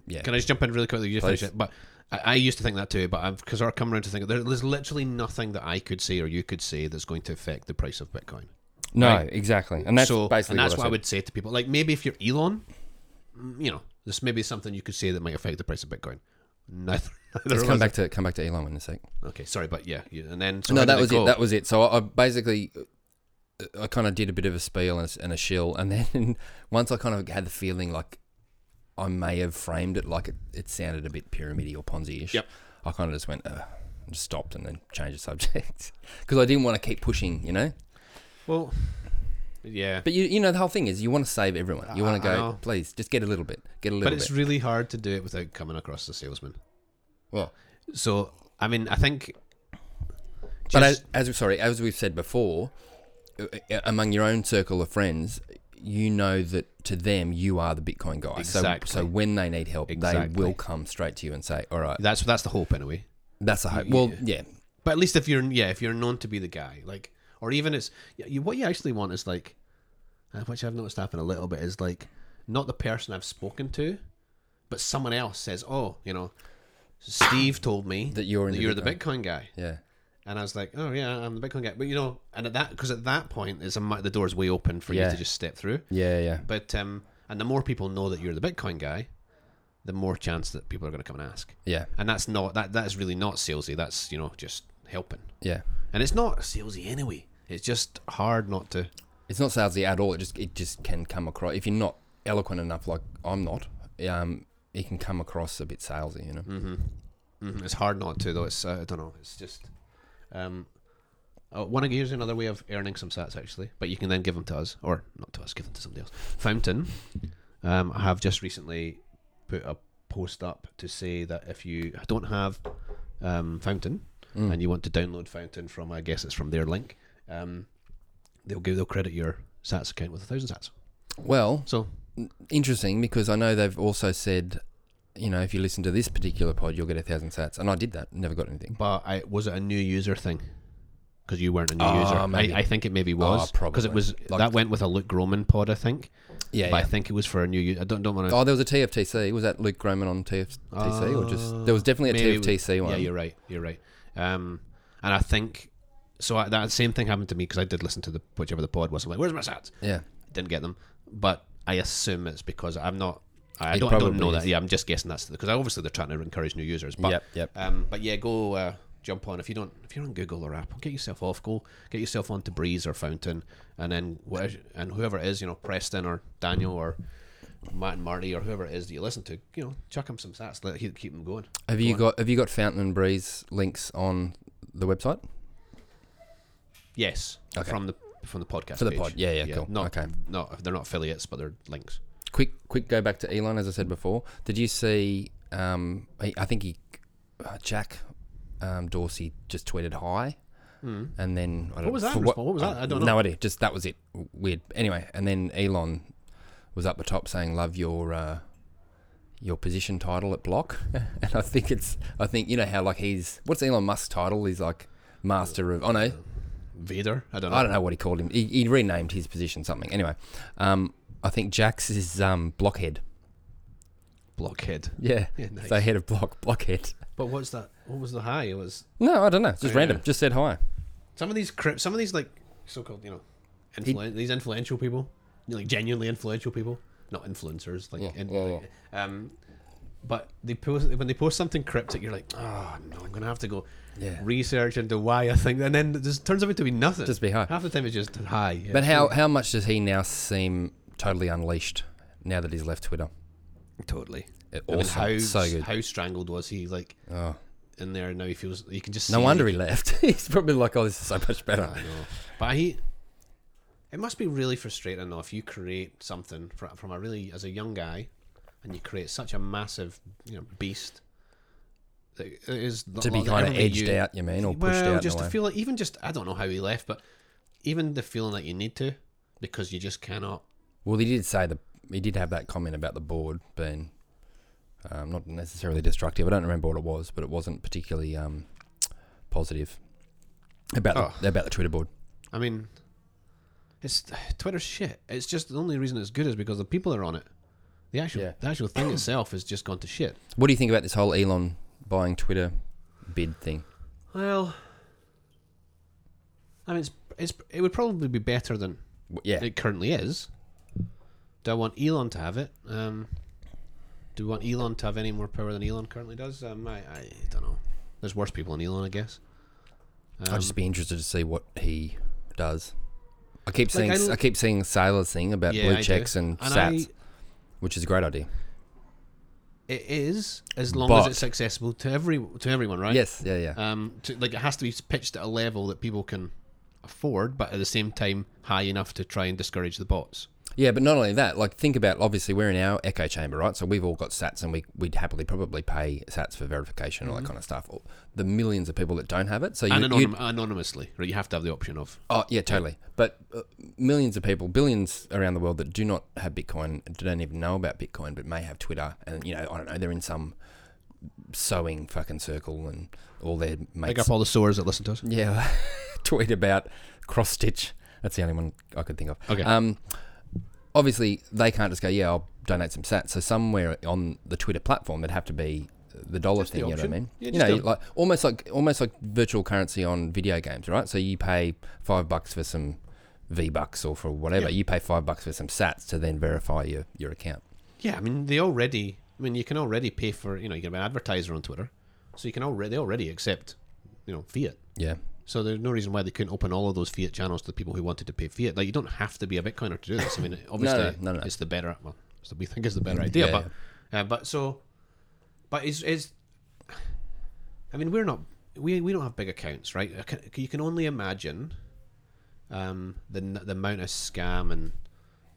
Speaker 2: yeah.
Speaker 3: Can I just jump in really quickly? You finish
Speaker 2: Please.
Speaker 3: it. But I, I used to think that too, but because I've come around to think there, there's literally nothing that I could say or you could say that's going to affect the price of Bitcoin.
Speaker 2: no, exactly. And that's
Speaker 3: so
Speaker 2: basically
Speaker 3: and that's what I,
Speaker 2: what,
Speaker 3: would say to people. Like maybe if you're Elon, mm, you know, this may be something you could say that might affect the price of Bitcoin. Neither. neither
Speaker 2: Let's
Speaker 3: of
Speaker 2: come
Speaker 3: us-
Speaker 2: back to come back to Elon in a sec.
Speaker 3: Okay, sorry, but yeah, you- and then so
Speaker 2: no,
Speaker 3: how did
Speaker 2: that was
Speaker 3: go?
Speaker 2: it. That was it. So I, I basically, uh, I kind of did a bit of a spiel and a, s- and a shill, and then once I kind of had the feeling like I may have framed it like it, it sounded a bit pyramidy or Ponzi-ish.
Speaker 3: Yep.
Speaker 2: I kind of just went, Ugh, and just stopped, and then changed the subject because I didn't want to keep pushing, you know.
Speaker 3: well, yeah.
Speaker 2: But you, you know, the whole thing is you want to save everyone. You want to
Speaker 3: I- I
Speaker 2: go,
Speaker 3: know.
Speaker 2: please, just get a little bit, get a little
Speaker 3: But it's
Speaker 2: bit.
Speaker 3: really hard to do it without coming across the salesman.
Speaker 2: well,
Speaker 3: So I mean, I think.
Speaker 2: but
Speaker 3: just-
Speaker 2: as, as sorry, as we've said before, uh, uh, among your own circle of friends, you know that to them you are the Bitcoin guy.
Speaker 3: Exactly.
Speaker 2: So, so when they need help,
Speaker 3: Exactly.
Speaker 2: they will come straight to you and say, "All right,
Speaker 3: that's that's the hope anyway.
Speaker 2: that's a hope." Well, yeah,
Speaker 3: But at least if you're yeah, if you're known to be the guy, like, or even it's yeah, you, what you actually want is like, uh, which I've noticed happen a little bit is like, not the person I've spoken to, but someone else says, oh, you know, Steve told me
Speaker 2: That you're in the
Speaker 3: you're the Bitcoin guy,
Speaker 2: yeah,
Speaker 3: and I was like, oh yeah, I'm the Bitcoin guy. But you know, and at that because at that point is the door's way open for
Speaker 2: Yeah.
Speaker 3: you to just step through.
Speaker 2: yeah, yeah.
Speaker 3: But um, and the more people know that you're the Bitcoin guy, the more chance that people are going to come and ask.
Speaker 2: Yeah,
Speaker 3: And that's not that that's really not salesy. That's you know just helping.
Speaker 2: yeah.
Speaker 3: And it's not salesy anyway. It's just hard not to.
Speaker 2: It's not salesy at all. It just it just can come across if you're not
Speaker 3: Mm.
Speaker 2: eloquent enough, like I'm not. Um, it can come across a bit salesy, you know.
Speaker 3: Mhm, It's hard not to though. It's uh, I don't know. It's just um, oh, one again, here's another way of earning some sats actually, but you can then give them to us or not to us, give them to somebody else. Fountain, um, I have just recently put a post up to say that if you don't have um, Fountain and you want to download Fountain from, I guess it's from their link, um, they'll give they'll credit your sats account with a thousand sats.
Speaker 2: Well,
Speaker 3: So
Speaker 2: interesting because I know they've also said, you know, if you listen to this particular pod, you'll get a thousand sats, and I did that, never got anything.
Speaker 3: But I was it a new user thing? Because you weren't a new
Speaker 2: Ah,
Speaker 3: user.
Speaker 2: maybe. Ah,
Speaker 3: I, I think it maybe was. Because
Speaker 2: probably.
Speaker 3: it was
Speaker 2: Like-
Speaker 3: that went with a Luke Groman pod, I think.
Speaker 2: Yeah,
Speaker 3: but I
Speaker 2: yeah.
Speaker 3: think it was for a new. u- I don't don't want to.
Speaker 2: Oh, there was a TFTC. Was that Luke Groman on TFTC or just there was definitely a
Speaker 3: Uh, Maybe it was-
Speaker 2: TFTC one?
Speaker 3: Yeah, you're right. You're right. Um, and I think so. I, that same thing happened to me because I did listen to the whichever the pod was. I'm like, where's my sats?
Speaker 2: yeah.
Speaker 3: Didn't get them. But I assume it's because I'm not. I
Speaker 2: It
Speaker 3: don't, I don't
Speaker 2: probably
Speaker 3: know
Speaker 2: is.
Speaker 3: that. Yeah, I'm just guessing that's because obviously they're trying to encourage new users. But
Speaker 2: Yep, yep.
Speaker 3: Um, but yeah, go uh, jump on if you don't if you're on Google or Apple, get yourself off. Go get yourself onto Breeze or Fountain, and then what, and whoever it is, you know, Preston or Daniel or Matt and Marty or whoever it is that you listen to, you know, chuck them some sats, let keep, keep them going.
Speaker 2: Have you got Have you got Fountain and Breeze links on the website?
Speaker 3: Yes,
Speaker 2: Okay.
Speaker 3: from the from the podcast
Speaker 2: For the
Speaker 3: page.
Speaker 2: pod, yeah, yeah, cool.
Speaker 3: Not,
Speaker 2: Okay.
Speaker 3: not they're not affiliates, but they're links.
Speaker 2: Quick, quick go back to Elon. As I said before, did you see? Um, I, I think he, uh, Jack, um, Dorsey just tweeted hi, and then I don't
Speaker 3: was that
Speaker 2: for
Speaker 3: in response? Hmm. What was that? I don't
Speaker 2: No
Speaker 3: know.
Speaker 2: idea. Just that was it. W- Weird. Anyway, and then Elon was up the top saying, "Love your." Uh, your position title at Block, and I think it's I think you know how like he's what's Elon Musk's title? He's like master of oh no,
Speaker 3: Vader, I don't know.
Speaker 2: I don't know what he called him. He, he renamed his position something. Anyway, um, I think Jax is um, blockhead.
Speaker 3: Blockhead.
Speaker 2: Yeah,
Speaker 3: Yeah, nice.
Speaker 2: so head of block, blockhead.
Speaker 3: But what's that? What was the high? It was
Speaker 2: No, I don't know. It's just
Speaker 3: Oh, Yeah.
Speaker 2: random. Just said hi.
Speaker 3: some of these crypt, some of these like so-called you know influen- these influential people you know, like genuinely influential people not influencers like,
Speaker 2: Yeah,
Speaker 3: in-
Speaker 2: yeah,
Speaker 3: like, um but they post when they post something cryptic you're like oh no i'm gonna have to go
Speaker 2: Yeah.
Speaker 3: research into why i think and then it just turns out to be nothing
Speaker 2: Just be high.
Speaker 3: half the time it's just high yeah.
Speaker 2: But how how much does he now seem totally unleashed now that he's left Twitter?
Speaker 3: totally
Speaker 2: It
Speaker 3: I mean,
Speaker 2: awesome.
Speaker 3: how,
Speaker 2: so good.
Speaker 3: how strangled was he like
Speaker 2: Oh.
Speaker 3: in there now he feels you can just
Speaker 2: No
Speaker 3: see
Speaker 2: wonder he left. he's probably like, oh, this is so much better.
Speaker 3: I know. But he, it must be really frustrating though if you create something from, from a really as a young guy, and you create such a massive you know beast. that It is
Speaker 2: To be kind of edged out, you mean, or pushed
Speaker 3: well,
Speaker 2: out
Speaker 3: just
Speaker 2: in a
Speaker 3: to
Speaker 2: way.
Speaker 3: feel like even just I don't know how he left, but even the feeling that you need to because you just cannot.
Speaker 2: Well, he did say the he did have that comment about the board being um, not necessarily destructive. I don't remember what it was, but it wasn't particularly um, positive about the,
Speaker 3: Oh.
Speaker 2: about the Twitter board.
Speaker 3: I mean, it's Twitter's shit. It's just the only reason it's good is because the people that are on it. The actual
Speaker 2: Yeah.
Speaker 3: the actual thing itself has just gone to shit.
Speaker 2: What do you think about this whole Elon buying Twitter bid thing?
Speaker 3: Well, I mean, it's, it's it would probably be better than
Speaker 2: W- Yeah,
Speaker 3: it currently is. Do I want Elon to have it? Um, do we want Elon to have any more power than Elon currently does? Um, I, I don't know. There's worse people than Elon, I guess.
Speaker 2: I'd just be
Speaker 3: um,
Speaker 2: interested to see what he does. I keep seeing
Speaker 3: I
Speaker 2: s- I,
Speaker 3: l-
Speaker 2: keep seeing Sailor's thing about
Speaker 3: Yeah,
Speaker 2: blue
Speaker 3: I do.
Speaker 2: checks and,
Speaker 3: And I-
Speaker 2: sats, which is a great idea.
Speaker 3: It is as long as
Speaker 2: But-
Speaker 3: it's accessible to every to everyone, right?
Speaker 2: Yes, yeah, yeah.
Speaker 3: Um, to, like it has to be pitched at a level that people can afford, but at the same time high enough to try and discourage the bots.
Speaker 2: Yeah, but not only that, like think about obviously we're in our echo chamber, right? So we've all got sats and we we'd happily probably pay sats for verification and all that kind of stuff. Or The millions of people that don't have it. So you,
Speaker 3: Mm-hmm. And
Speaker 2: you-
Speaker 3: anonym, anonymously, right? You have to have the option of
Speaker 2: Oh, yeah, totally. But uh, millions of people, billions around the world that do not have Bitcoin, don't even know about Bitcoin, but may have Twitter and you know, I don't know, they're in some sewing fucking circle and all their
Speaker 3: Pick
Speaker 2: mates
Speaker 3: up all the sores that listen to us.
Speaker 2: Yeah, tweet about cross stitch. That's the only one I could think of.
Speaker 3: Okay.
Speaker 2: Um, obviously they can't just go, yeah, I'll donate some sats. So somewhere on the Twitter platform, there'd have to be the dollar
Speaker 3: the
Speaker 2: thing. you know what I
Speaker 3: option.
Speaker 2: mean?
Speaker 3: Yeah,
Speaker 2: you
Speaker 3: just
Speaker 2: know,
Speaker 3: the-
Speaker 2: like almost like almost like virtual currency on video games, right? So you pay five bucks for some V bucks or for whatever.
Speaker 3: Yeah.
Speaker 2: You pay five bucks for some sats to then verify your your account.
Speaker 3: Yeah, I mean they already. I mean you can already pay for you know you can be an advertiser on Twitter, so you can already they already accept you know fiat.
Speaker 2: Yeah.
Speaker 3: So there's no reason why they couldn't open all of those fiat channels to the people who wanted to pay fiat. Like you don't have to be a Bitcoiner to do this. I mean obviously
Speaker 2: no, Mm, no.
Speaker 3: it's the better well uh, it's the, we think it's the better idea,
Speaker 2: Yeah,
Speaker 3: but uh, but so but it's it's I mean, we're not we we don't have big accounts, right? I can- You can only imagine um, the n- the amount of scam and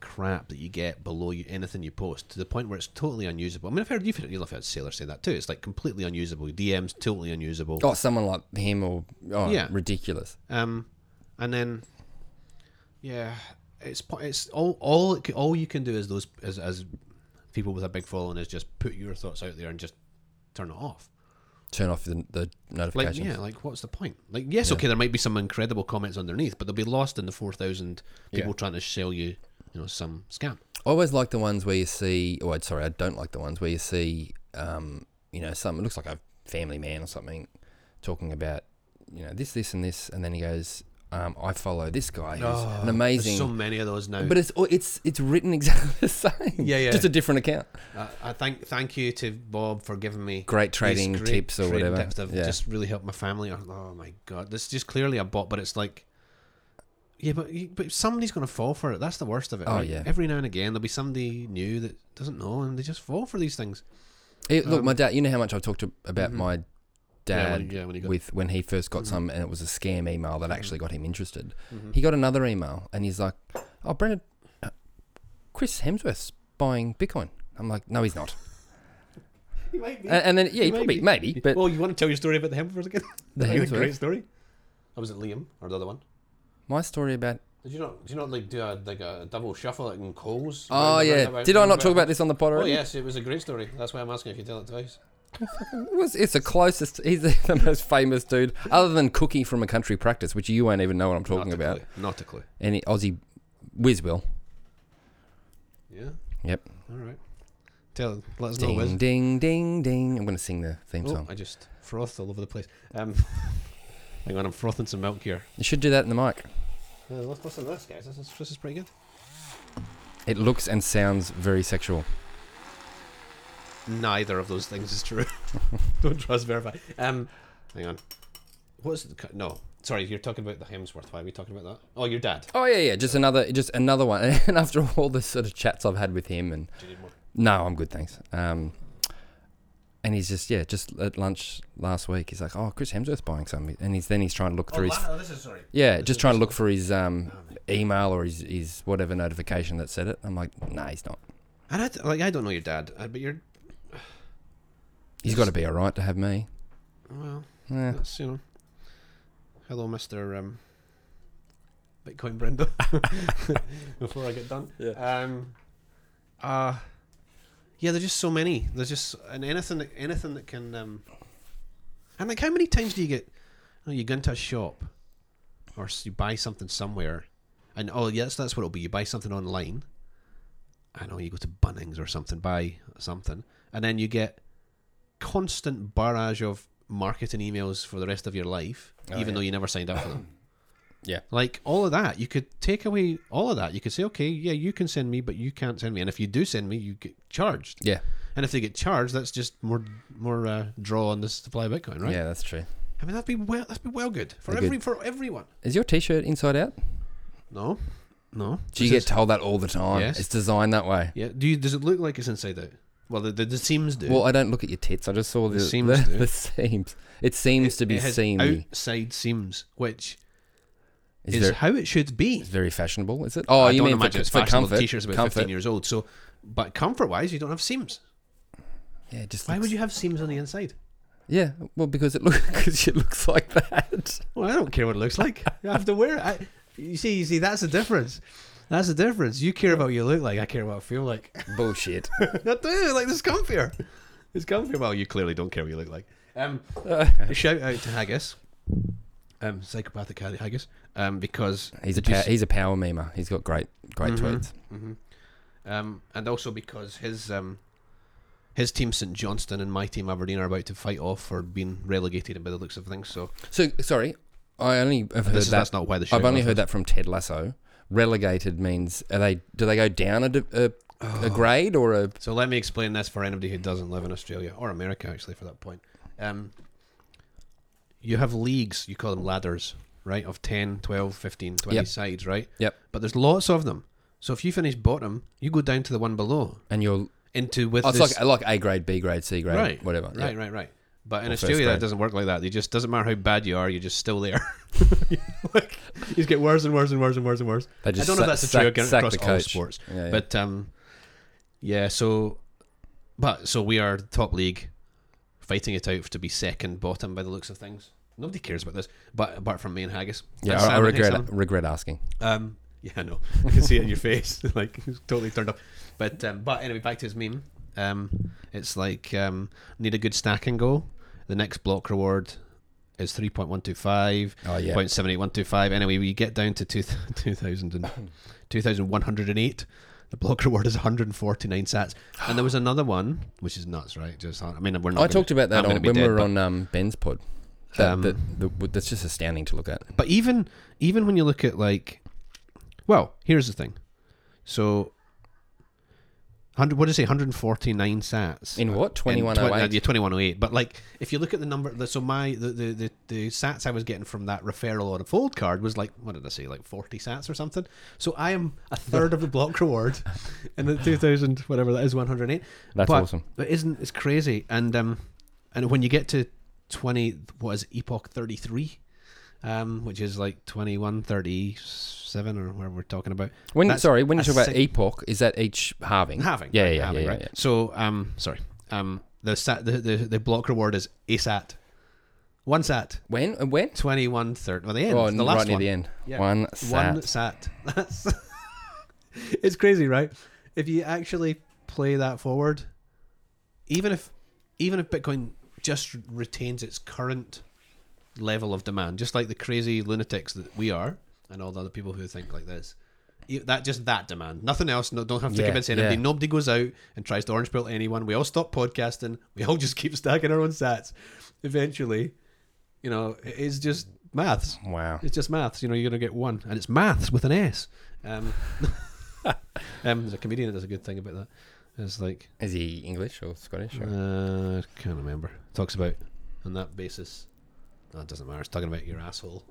Speaker 3: crap that you get below you, anything you post to the point where it's totally unusable. I mean, I've heard you've heard, you'll have heard Sailor say that too. It's like completely unusable. DMs totally unusable.
Speaker 2: Oh, someone like him or oh,
Speaker 3: Yeah.
Speaker 2: ridiculous.
Speaker 3: Um, and then, yeah, it's po- it's all all it c- all you can do is those as as people with a big following is just put your thoughts out there and just turn it off.
Speaker 2: Turn off the, the
Speaker 3: Like
Speaker 2: notifications.
Speaker 3: yeah, like what's the point? Like yes, okay, there might be some incredible comments underneath, but they'll be lost in the four thousand people
Speaker 2: Yeah.
Speaker 3: trying to sell you, you know, some scam.
Speaker 2: I always like the ones where you see. Oh, I'd- sorry, I don't like the ones where you see. Um, you know, some it looks like a family man or something talking about you know this, this, and this, and then he goes, um, "I follow this guy who's an amazing."
Speaker 3: There's Oh, so many of those now.
Speaker 2: but it's oh, it's it's written exactly the same.
Speaker 3: Yeah, yeah.
Speaker 2: Just a different account.
Speaker 3: I, Uh, I thank thank you to Bob for giving me
Speaker 2: Great
Speaker 3: these
Speaker 2: trading tips or
Speaker 3: trading
Speaker 2: whatever.
Speaker 3: Tips that have
Speaker 2: Yeah.
Speaker 3: just really helped my family. Oh, oh my god, this is just clearly a bot, but it's like, yeah, but you- but somebody's gonna fall for it. That's the worst of it.
Speaker 2: Oh,
Speaker 3: right?
Speaker 2: yeah.
Speaker 3: Every now and again, there'll be somebody new that doesn't know, and they just fall for these things.
Speaker 2: It, look, my dad. You know how much I've talked to, about my
Speaker 3: Um, mm-hmm. Yeah,
Speaker 2: dad
Speaker 3: when- yeah, when he got-
Speaker 2: with when he first
Speaker 3: Mm-hmm.
Speaker 2: got some, and it was a scam email that actually got him interested. He got another email, and he's like, "Oh, Brendan, uh, Chris Hemsworth's buying Bitcoin." I'm like, "No, he's not."
Speaker 3: He might be.
Speaker 2: And, and then, yeah, he probably maybe, but
Speaker 3: well, you want to tell your story about the Hemsworth again?
Speaker 2: The
Speaker 3: That was a
Speaker 2: Hemsworth?
Speaker 3: great story. Or was it Liam or the other one?
Speaker 2: my story about.
Speaker 3: Did you not? Did you not like do a like a double shuffle like in Coles?
Speaker 2: Oh yeah, did I not talk about this on the pod?
Speaker 3: Oh
Speaker 2: already?
Speaker 3: yes, it was a great story. That's why I'm asking if you tell it twice.
Speaker 2: It was- it's the closest. He's the most famous dude, other than Cookie from a Country Practice, which you won't even know what I'm talking about.
Speaker 3: Not a clue.
Speaker 2: Any Aussie whiz will.
Speaker 3: Yeah.
Speaker 2: Yep.
Speaker 3: All right. Tell. Let us know.
Speaker 2: Ding,
Speaker 3: Wiz.
Speaker 2: ding, ding, ding. I'm going to sing the theme
Speaker 3: Oh,
Speaker 2: song.
Speaker 3: I just frothed all over the place. Um, hang on, I'm frothing some milk here.
Speaker 2: You should do that in the mic.
Speaker 3: Uh, let's listen to this, guys. This is, this is pretty good.
Speaker 2: It looks and sounds very sexual.
Speaker 3: Neither of those things is true. Don't trust verify. Um, hang on. What's the cu- no? Sorry, you're talking about the Hemsworth. Why are we talking about that? Oh, your dad.
Speaker 2: Oh yeah, yeah. Just another, just another one. And after all the sort of chats I've had with him, and
Speaker 3: Do you need more?
Speaker 2: no, I'm good, thanks. Um, and he's just yeah, just at lunch last week, he's like, oh, Chris Hemsworth's buying some, and he's then he's trying to look
Speaker 3: Oh,
Speaker 2: through his.
Speaker 3: la- oh, this is sorry.
Speaker 2: Yeah, just trying to look for his um, email or his, his whatever notification that said it. I'm like, nah, he's not.
Speaker 3: And I d- like I don't know your dad, uh, but you're
Speaker 2: He's got to be all right to have me.
Speaker 3: well.
Speaker 2: Eh.
Speaker 3: That's you know. Hello, Mister um, Bitcoin Brenda. Before I get done, yeah. Um, uh, yeah. There's just so many. There's just and anything that anything that can. Um, and like, how many times do you get? oh, You, know, you go into a shop, or s- you buy something somewhere, and oh yes, that's what it'll be. You buy something online. I know you go to Bunnings or something, buy something, and then you get constant barrage of marketing emails for the rest of your life, even
Speaker 2: Oh, yeah.
Speaker 3: though you never signed up for them.
Speaker 2: Yeah.
Speaker 3: Like all of that, you could take away all of that. You could say, okay, yeah, you can send me, but you can't send me. And if you do send me, you get charged.
Speaker 2: Yeah,
Speaker 3: And if they get charged, that's just more more uh, draw on the supply of Bitcoin, right?
Speaker 2: yeah, that's true.
Speaker 3: I mean, that'd be well, that'd be well good for
Speaker 2: Be
Speaker 3: every
Speaker 2: good.
Speaker 3: for everyone.
Speaker 2: Is your T-shirt inside out?
Speaker 3: No, no.
Speaker 2: Do you get
Speaker 3: This is-
Speaker 2: told that all the time?
Speaker 3: Yes.
Speaker 2: It's designed that way.
Speaker 3: yeah. Do you? Does it look like it's inside out? Well, the the, the seams do.
Speaker 2: Well, I don't look at your tits. I just saw the the
Speaker 3: seams
Speaker 2: seams. The,
Speaker 3: do.
Speaker 2: seams. It seems to be
Speaker 3: it has
Speaker 2: seamy.
Speaker 3: outside seams, which
Speaker 2: Is
Speaker 3: is
Speaker 2: very-
Speaker 3: how it should be.
Speaker 2: it's very fashionable, is it? Oh,
Speaker 3: I
Speaker 2: you
Speaker 3: don't
Speaker 2: mean for,
Speaker 3: imagine it's
Speaker 2: for
Speaker 3: fashionable.
Speaker 2: comfort?
Speaker 3: T-shirts about
Speaker 2: comfort.
Speaker 3: fifteen years old. So, but comfort-wise, you don't have seams.
Speaker 2: Yeah, just
Speaker 3: Why
Speaker 2: looks-
Speaker 3: would you have seams on the inside?
Speaker 2: Yeah, well, because it looks because it looks like that.
Speaker 3: Well, I don't care what it looks like. I have to wear it. I, you see, you see, that's the difference. That's the difference. You care about what you look like. I care what I feel like.
Speaker 2: Bullshit.
Speaker 3: I do. Like this is comfier. It's comfier. Well, you clearly don't care what you look like. Um, shout out to Haggis, um, psychopathic Hag- Haggis, um, because
Speaker 2: He's a
Speaker 3: did you
Speaker 2: pow-
Speaker 3: s- Mm-hmm.
Speaker 2: he's a power memer. He's got great great tweets.
Speaker 3: um, and also because his um, his team St Johnston and my team Aberdeen are about to fight off for being relegated by the looks of things. So
Speaker 2: So sorry, I only have heard
Speaker 3: this is,
Speaker 2: that.
Speaker 3: that's not why the show.
Speaker 2: I've only heard that from Ted Lasso. Relegated means are they do they go down a, d- a,
Speaker 3: Oh.
Speaker 2: a grade or a
Speaker 3: So let me explain this for anybody who doesn't live in Australia or America, actually, for that point. Um, you have leagues, you call them ladders, right, of 10, 12, 15, 20
Speaker 2: Yep.
Speaker 3: sides, right?
Speaker 2: yep?
Speaker 3: But there's lots of them. So if you finish bottom, you go down to the one below
Speaker 2: And you're
Speaker 3: into with
Speaker 2: oh, it's
Speaker 3: this-
Speaker 2: like like A grade, B grade, C grade,
Speaker 3: right,
Speaker 2: whatever.
Speaker 3: Right, right, right. But
Speaker 2: Or
Speaker 3: in
Speaker 2: first
Speaker 3: Australia, that
Speaker 2: grade.
Speaker 3: doesn't work like that. It just doesn't matter how bad you are, you're just still there. like, you just get worse and worse and worse and worse and worse.
Speaker 2: They just
Speaker 3: I don't know
Speaker 2: sack-
Speaker 3: if that's the true
Speaker 2: sack-
Speaker 3: account
Speaker 2: sack
Speaker 3: across
Speaker 2: the
Speaker 3: all
Speaker 2: coach.
Speaker 3: sports.
Speaker 2: Yeah, yeah.
Speaker 3: But um, yeah, so but so we are the top league, fighting it out to be second bottom by the looks of things. Nobody cares about this, but apart from me and Haggis.
Speaker 2: Yeah,
Speaker 3: That's
Speaker 2: I, I
Speaker 3: Sam, think,
Speaker 2: regret
Speaker 3: Sam?
Speaker 2: regret asking.
Speaker 3: Um, yeah, I know. I can see it in your face. like, it's totally turned up. But um, but anyway, back to his meme. Um, it's like um, need a good stack and go. The next block reward is three point one two five.
Speaker 2: Oh, yeah.
Speaker 3: 0.78125. Anyway, we get down to two, 2000 and, 2,108. The block reward is 149 sats. And there was another one, which is nuts, right? Just I mean, we're not.
Speaker 2: I
Speaker 3: gonna-
Speaker 2: talked about that
Speaker 3: I'm
Speaker 2: on,
Speaker 3: gonna be
Speaker 2: when we
Speaker 3: dead,
Speaker 2: were
Speaker 3: but-
Speaker 2: on um, Ben's pod. That,
Speaker 3: Um,
Speaker 2: that- that- that's just astounding to look at.
Speaker 3: But even even when you look at like, well, here's the thing. So, hundred. What did I say? One hundred forty nine sats
Speaker 2: In what?
Speaker 3: In
Speaker 2: 2108?
Speaker 3: twen- Yeah, twenty one oh eight. But like, if you look at the number, the- so my the, the the the sats I was getting from that referral on a fold card was like, what did I say? Like forty sats or something. So I am a third of the block reward, and the two thousand whatever that is one hundred eight.
Speaker 2: That's
Speaker 3: but
Speaker 2: awesome.
Speaker 3: It isn't. It's crazy. And um, and when you get to twenty, what is it, epoch thirty three? um, which is like 21, 37 or whatever we're talking about.
Speaker 2: When
Speaker 3: That's
Speaker 2: sorry, when you
Speaker 3: a
Speaker 2: talk about
Speaker 3: sig-
Speaker 2: epoch, is that each halving?
Speaker 3: having,
Speaker 2: yeah,
Speaker 3: right,
Speaker 2: yeah,
Speaker 3: having,
Speaker 2: yeah,
Speaker 3: right?
Speaker 2: yeah,
Speaker 3: So, um, sorry, um, the, sat, the the the block reward is ASAT, one sat,
Speaker 2: When and when?
Speaker 3: 21, 30, well, the end,
Speaker 2: Oh,
Speaker 3: the last
Speaker 2: right near
Speaker 3: one.
Speaker 2: the end.
Speaker 3: Yeah.
Speaker 2: One sat.
Speaker 3: One sat. That's it's crazy, right? If you actually play that forward, even if even if Bitcoin just retains its current level of demand, just like the crazy lunatics that we are, and all the other people who think like this. e- That just that demand, nothing else. No, don't have to
Speaker 2: Yeah,
Speaker 3: convince anybody.
Speaker 2: yeah.
Speaker 3: Nobody goes out and tries to orange pill anyone. We all stop podcasting. We all just keep stacking our own sats. Eventually, you know, it is just maths.
Speaker 2: Wow.
Speaker 3: It's just maths. You know, you're going to get one, and it's maths with an S. Um, um, there's a comedian that does a good thing about that. It's like
Speaker 2: Is he English or Scottish? Or?
Speaker 3: uh, I can't remember. Talks about on that basis. No, it doesn't matter. It's talking about your asshole.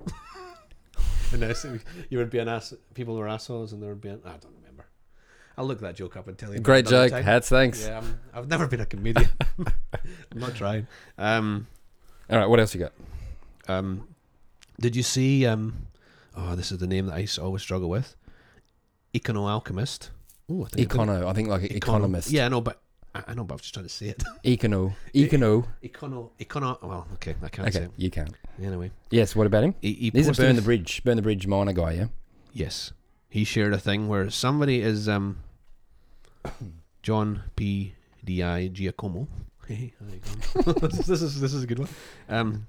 Speaker 3: and now so you would be an ass. People were assholes, and there would be. An, I don't remember. I'll look that joke up and tell you.
Speaker 2: Great
Speaker 3: another
Speaker 2: joke.
Speaker 3: time.
Speaker 2: Hats. Thanks.
Speaker 3: Yeah, I'm, I've never been a comedian. I'm not trying. Um,
Speaker 2: All right. What else you got?
Speaker 3: um, did you see? Um, oh, this is the name that I s- always struggle with. Econo alchemist. Oh, I think I did it.
Speaker 2: Econo. I think like
Speaker 3: Econo-
Speaker 2: economist.
Speaker 3: Yeah, I know, but I, I know, but I was just trying to say it.
Speaker 2: Econo. Econo.
Speaker 3: Econo, econo. Well, okay, I can't say
Speaker 2: Okay.
Speaker 3: it.
Speaker 2: You can't.
Speaker 3: Anyway,
Speaker 2: Yes. What about him?
Speaker 3: he, he
Speaker 2: He's a
Speaker 3: posted-
Speaker 2: burn the bridge. Burn the bridge miner guy. Yeah.
Speaker 3: Yes, he shared a thing where somebody is um, John P. D. I. Giacomo. Hey, how you going? this is this is a good one. Um,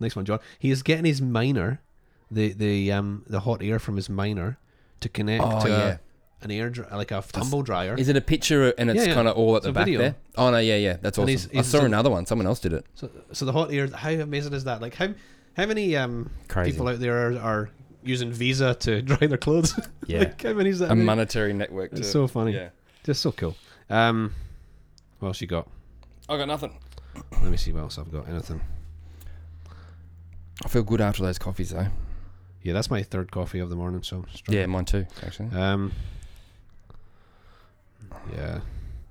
Speaker 3: next one, John. He is getting his miner, the the um the hot air from his miner, to connect
Speaker 2: Oh,
Speaker 3: to a-
Speaker 2: yeah.
Speaker 3: an air dry, like a tumble dryer.
Speaker 2: Is it a picture and it's
Speaker 3: Yeah, yeah.
Speaker 2: kind of all at
Speaker 3: It's
Speaker 2: the
Speaker 3: a
Speaker 2: back
Speaker 3: video.
Speaker 2: there? Oh no. Yeah. Yeah. That's awesome.
Speaker 3: And he's-
Speaker 2: I
Speaker 3: he's-
Speaker 2: saw
Speaker 3: so-
Speaker 2: another one. Someone else did it.
Speaker 3: So, so the hot air. How amazing is that? Like how how many um
Speaker 2: Crazy.
Speaker 3: people out there are, are using Visa to dry their clothes?
Speaker 2: Yeah.
Speaker 3: like how many is that?
Speaker 2: A
Speaker 3: many?
Speaker 2: monetary network.
Speaker 3: It's
Speaker 2: to-
Speaker 3: so funny.
Speaker 2: Yeah.
Speaker 3: Just so cool. Um, what else you got?
Speaker 2: I got nothing.
Speaker 3: Let me see what else I've got. Anything?
Speaker 2: I feel good after those coffees though.
Speaker 3: Yeah, that's my third coffee of the morning. So I'm
Speaker 2: Yeah,
Speaker 3: struggling.
Speaker 2: mine too. Actually.
Speaker 3: Um. Yeah.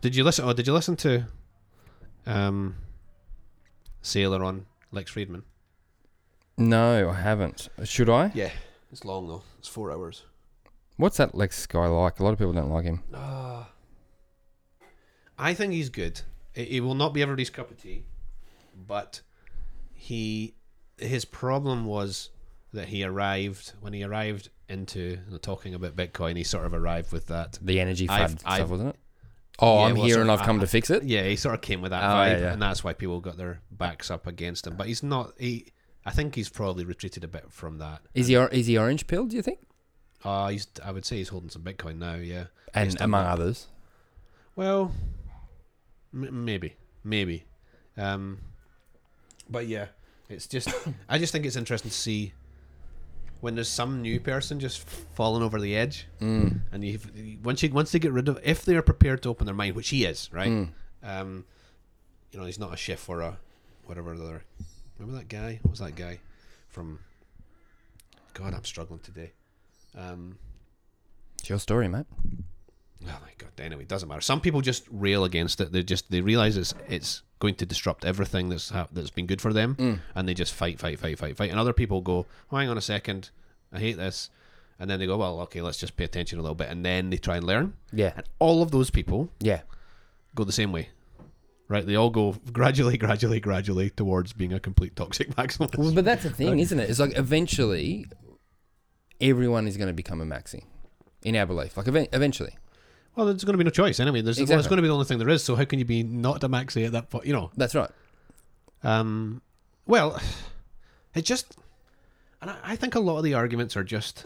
Speaker 3: Did you listen? Oh, did you listen to, um, Sailor on Lex Friedman?
Speaker 2: No, I haven't. Should I?
Speaker 3: Yeah, it's long though. It's four hours.
Speaker 2: What's that Lex guy like? A lot of people don't like him.
Speaker 3: Ah. I think he's good. It, it will not be everybody's cup of tea, but he his problem was that he arrived when he arrived into talking about Bitcoin. He sort of arrived with that.
Speaker 2: The energy fad
Speaker 3: I've-
Speaker 2: stuff,
Speaker 3: I've-
Speaker 2: wasn't it? Oh,
Speaker 3: Yeah,
Speaker 2: I'm
Speaker 3: well,
Speaker 2: here
Speaker 3: so
Speaker 2: and I've
Speaker 3: I-
Speaker 2: come
Speaker 3: I-
Speaker 2: to fix it.
Speaker 3: Yeah, he sort of came with that
Speaker 2: Oh,
Speaker 3: vibe,
Speaker 2: yeah, yeah.
Speaker 3: and that's why people got their backs up against him. But he's not. He, I think he's probably retreated a bit from that.
Speaker 2: Is he or- is he orange pill? Do you think?
Speaker 3: Uh, he's. I would say he's holding some Bitcoin now. Yeah,
Speaker 2: And
Speaker 3: He's done
Speaker 2: among
Speaker 3: that.
Speaker 2: others,
Speaker 3: Well, m- maybe, maybe, um, but yeah, it's just. I just think it's interesting to see when there's some new person just falling over the edge, and you once you once they get rid of if they are prepared to open their mind, which he is, right? Um, you know, he's not a chef or a whatever the other. Remember that guy? What was that guy from? God, I'm struggling today. Um,
Speaker 2: it's your story, mate.
Speaker 3: Oh my god! Anyway, it doesn't matter. Some people just rail against it. They just they realize it's it's going to disrupt everything that's ha- that's been good for them, and they just fight, fight, fight, fight, fight. And other people go, oh, "Hang on a second, I hate this," and then they go, "Well, okay, let's just pay attention a little bit," and then they try and learn.
Speaker 2: Yeah.
Speaker 3: And all of those people
Speaker 2: Yeah.
Speaker 3: go the same way, right? They all go gradually, gradually, gradually towards being a complete toxic maximalist.
Speaker 2: Well, but that's the thing, isn't it? It's like eventually, everyone is going to become a maxi, in our belief. Like even- eventually,
Speaker 3: Well, there's going to be no choice anyway. There's well, it's
Speaker 2: Exactly.
Speaker 3: going to be the only thing there is. So how can you be not a maxi at that point? You know.
Speaker 2: that's right.
Speaker 3: Um, well, it just, and I, I think a lot of the arguments are just,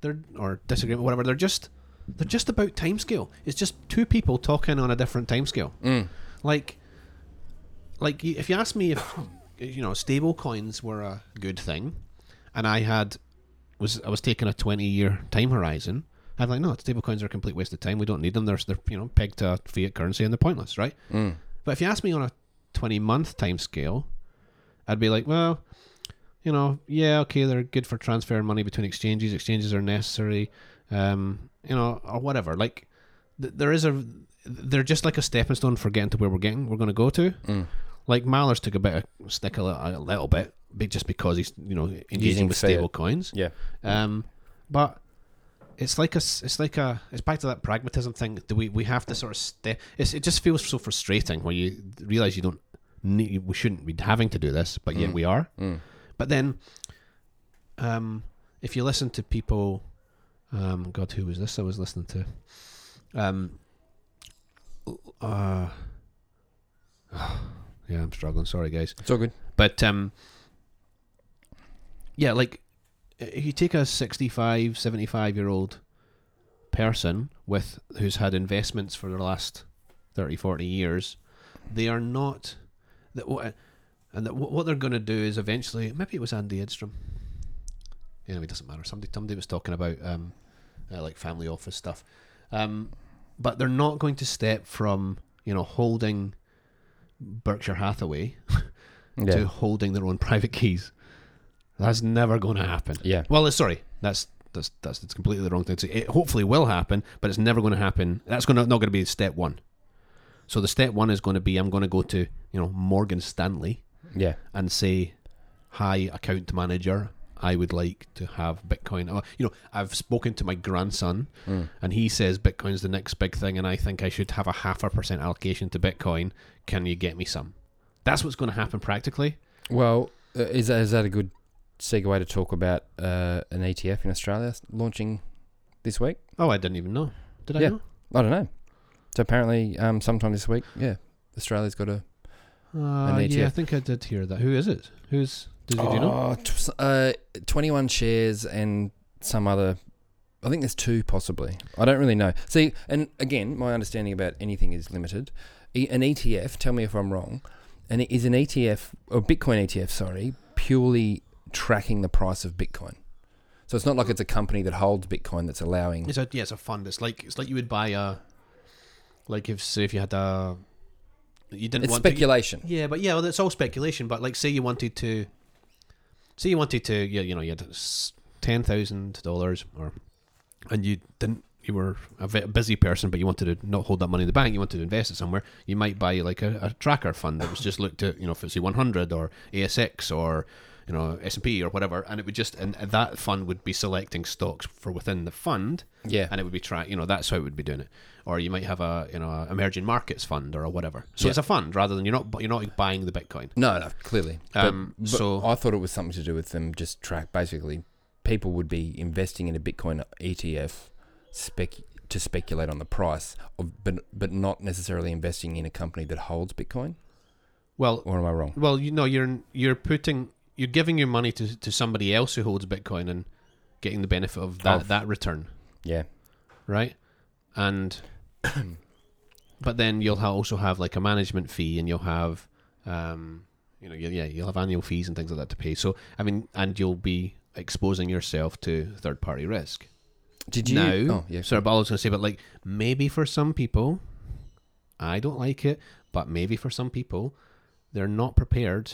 Speaker 3: they're or disagreement, whatever. They're just, they're just about timescale. It's just two people talking on a different timescale. Like, like y- if you ask me if you know stable coins were a good thing, and I had was I was taking a twenty year time horizon. I'm like, no, stable coins are a complete waste of time. We don't need them. They're, they're you know pegged to a fiat currency and they're pointless, right? But if you ask me on a 20 month time scale, I'd be like, well, you know, yeah, okay, they're good for transferring money between exchanges. Exchanges are necessary, um, you know, or whatever. Like, th- there is a, they're just like a stepping stone for getting to where we're getting, we're going to go to.
Speaker 2: Mm.
Speaker 3: Like, Mahler's took a bit of stick a little, a little bit, be- just because he's, you know, engaging
Speaker 2: Using
Speaker 3: with
Speaker 2: fiat.
Speaker 3: stable coins.
Speaker 2: Yeah.
Speaker 3: Um, but it's like a, s- it's like a, it's back to that pragmatism thing. Do we, we have to sort of step? It's, it just feels so frustrating when you realize you don't need, we shouldn't be having to do this, but yet we are. Mm.
Speaker 2: Mm.
Speaker 3: But then, um, if you listen to people, um, God, who was this? I was listening to, um, uh, yeah, I'm struggling. Sorry, guys.
Speaker 2: It's all good.
Speaker 3: But um, yeah, like if you take a 65, 75 year old person with who's had investments for the last 30, 40 years, they are not that what and that wh- what they're going to do is eventually maybe it was Andy Edstrom. Anyway, it doesn't matter. Somebody somebody was talking about um, uh, like family office stuff, um, but they're not going to step from you know holding Berkshire Hathaway to
Speaker 2: Yeah.
Speaker 3: holding their own private keys. That's never going to happen.
Speaker 2: Yeah.
Speaker 3: Well, it's- sorry, that's that's that's, that's completely the wrong thing to say. It hopefully will happen, but it's never going to happen. That's going to not going to be step one. So the step one is going to be I'm going to go to you know Morgan Stanley
Speaker 2: Yeah.
Speaker 3: and say, "Hi, account manager." I would like to have Bitcoin. Or, you know, I've spoken to my grandson,
Speaker 2: Hmm.
Speaker 3: and he says Bitcoin's the next big thing, and I think I should have a half a percent allocation to Bitcoin. Can you get me some? That's what's going to happen practically.
Speaker 2: Well, uh, is that, is that a good segue to talk about uh, an ETF in Australia s- launching this week?
Speaker 3: Oh, I didn't even know. Did I
Speaker 2: Yeah.
Speaker 3: know?
Speaker 2: I don't know. So apparently, um, sometime this week, yeah, Australia's got a.
Speaker 3: Uh,
Speaker 2: An
Speaker 3: yeah, I
Speaker 2: ETF.
Speaker 3: think I did hear that. Who is it? Who's? Did, did you know?
Speaker 2: Oh, tw- uh, twenty-one shares and some other. I think there's two possibly. I don't really know. See, and again, my understanding about anything is limited. E- an ETF. Tell me if I'm wrong. And it is an ETF or Bitcoin ETF, sorry, purely tracking the price of Bitcoin. So it's not like it's a company that holds Bitcoin that's allowing.
Speaker 3: It's a yeah, it's a fund. It's like it's like you would buy a, like if say if you had a, you didn't
Speaker 2: It's
Speaker 3: want to,
Speaker 2: speculation.
Speaker 3: Yeah, but yeah, well, it's all speculation. But like, say you wanted to, say you wanted to, you, you know, you had s- ten thousand dollars, or and you didn't, you were a ve- busy person, but you wanted to not hold that money in the bank. You wanted to invest it somewhere. You might buy like a, a tracker fund that was just looked at, you know, FTSE 100 or ASX or you know S and P or whatever, and it would just and that fund would be selecting stocks for within the fund
Speaker 2: Yeah.
Speaker 3: and it would be trying you know that's how it would be doing it or you might have a you know a emerging markets fund or a whatever so
Speaker 2: Yeah.
Speaker 3: it's a fund rather than you're not bu- you're not buying the bitcoin
Speaker 2: No, no, clearly.
Speaker 3: Um, so-
Speaker 2: I thought it was something to do with them just track. Basically, people would be investing in a Bitcoin ETF spec to speculate on the price, of, but but not necessarily investing in a company that holds Bitcoin.
Speaker 3: well
Speaker 2: Or am I wrong?
Speaker 3: well you know you're you're putting you're giving your money to, to somebody else who holds bitcoin and getting the benefit of that
Speaker 2: Of-
Speaker 3: that return
Speaker 2: Yeah,
Speaker 3: right and but then you'll ha- also have like a management fee and you'll have um you know you- yeah you'll have annual fees and things like that to pay so i mean and you'll be exposing yourself to third party risk
Speaker 2: did you?
Speaker 3: No,
Speaker 2: Oh, yeah.
Speaker 3: Sorry, but I was going to say, but like maybe for some people, I don't like it, but maybe for some people, they're not prepared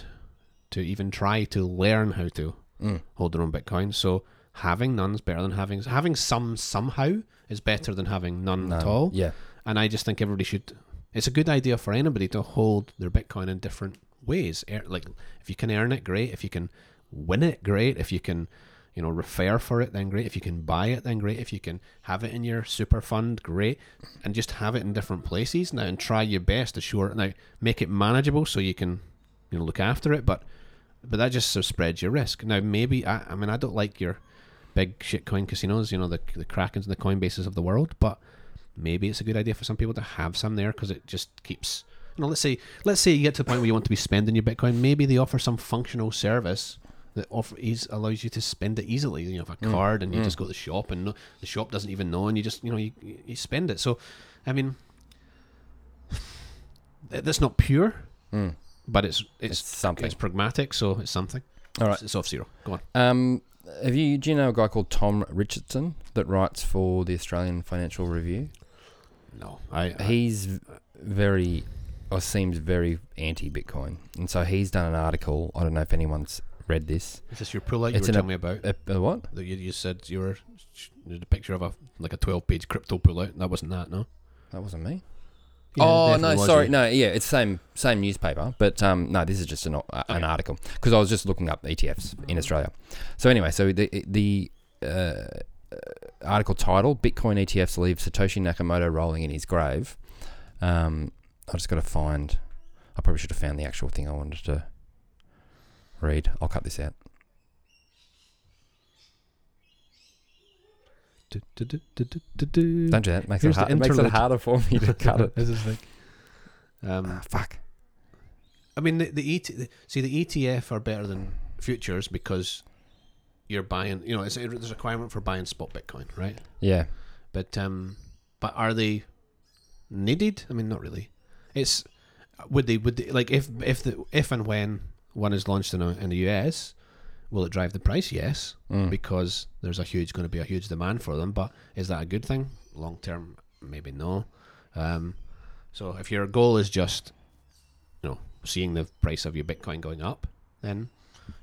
Speaker 3: to even try to learn how
Speaker 2: Mm,
Speaker 3: to hold their own Bitcoin. So having none's better than having having some somehow is better than having none at all.
Speaker 2: Yeah.
Speaker 3: And I just think everybody should. It's a good idea for anybody to hold their Bitcoin in different ways. Er- Like if you can earn it, great. If you can win it, great. If you can, you know, refer for it, then great. If you can buy it, then great. If you can have it in your super fund, great. And just have it in different places now, and try your best to sure now make it manageable so you can, you know, look after it. But but that just so spreads your risk. Now maybe I, I mean I don't like your big shitcoin casinos, you know, the the Krakens and the Coinbases of the world, but maybe it's a good idea for some people to have some there because it just keeps. You know, let's say let's say you get to the point where you want to be spending your Bitcoin. Maybe they offer some functional service that offer ease, allows you to spend it easily. You know, have a
Speaker 2: Mm.
Speaker 3: card and you just go to the shop and no, the shop doesn't even know, and you just you know you you spend it. So, I mean, th- that's not pure, but it's
Speaker 2: Mm. It's
Speaker 3: it's,
Speaker 2: something.
Speaker 3: It's pragmatic, so it's something.
Speaker 2: All right.
Speaker 3: It's- it's off zero. Go on.
Speaker 2: Um, have you do you know a guy called Tom Richardson that writes for the Australian Financial Review?
Speaker 3: No, I, I
Speaker 2: He's v- very, or seems very anti Bitcoin, and so he's done an article. I don't know if anyone's read this.
Speaker 3: is this your pull out you were
Speaker 2: It's an
Speaker 3: telling me about?
Speaker 2: A, a what?
Speaker 3: That you, you said you were there's a picture of a like a twelve page crypto pullout. That wasn't that, no.
Speaker 2: That wasn't me.
Speaker 3: Yeah,
Speaker 2: oh
Speaker 3: definitely
Speaker 2: no,
Speaker 3: was
Speaker 2: sorry,
Speaker 3: you.
Speaker 2: no, yeah, it's same same newspaper, but um, no, this is just an o- uh, an article because I was just looking up ETFs in Australia. So anyway, so the the uh, article title: Bitcoin ETFs leave Satoshi Nakamoto rolling in his grave. Um, I just got to find. I probably should have found the actual thing I wanted to read. I'll cut this out.
Speaker 3: Du- du- du- du- du- du- du.
Speaker 2: Don't do that. It makes it,
Speaker 3: Mm. Here's the
Speaker 2: hard, it makes it
Speaker 3: interlude.
Speaker 2: harder for me to cut it.
Speaker 3: This is like-
Speaker 2: Ah,
Speaker 3: Um,
Speaker 2: fuck.
Speaker 3: I mean, the, the, ET, the see the ETF are better than futures because you're buying. You know, it's, there's a requirement for buying spot Bitcoin, right?
Speaker 2: Yeah.
Speaker 3: But um, but are they needed? I mean, not really. It's would they would they, like if if the if and when one is launched in, a, in the US, will it drive the price? Yes, because there's a huge going to be a huge demand for them. But is that a good thing long term? Maybe no. Um, so if your goal is just you know seeing the price of your Bitcoin going up, then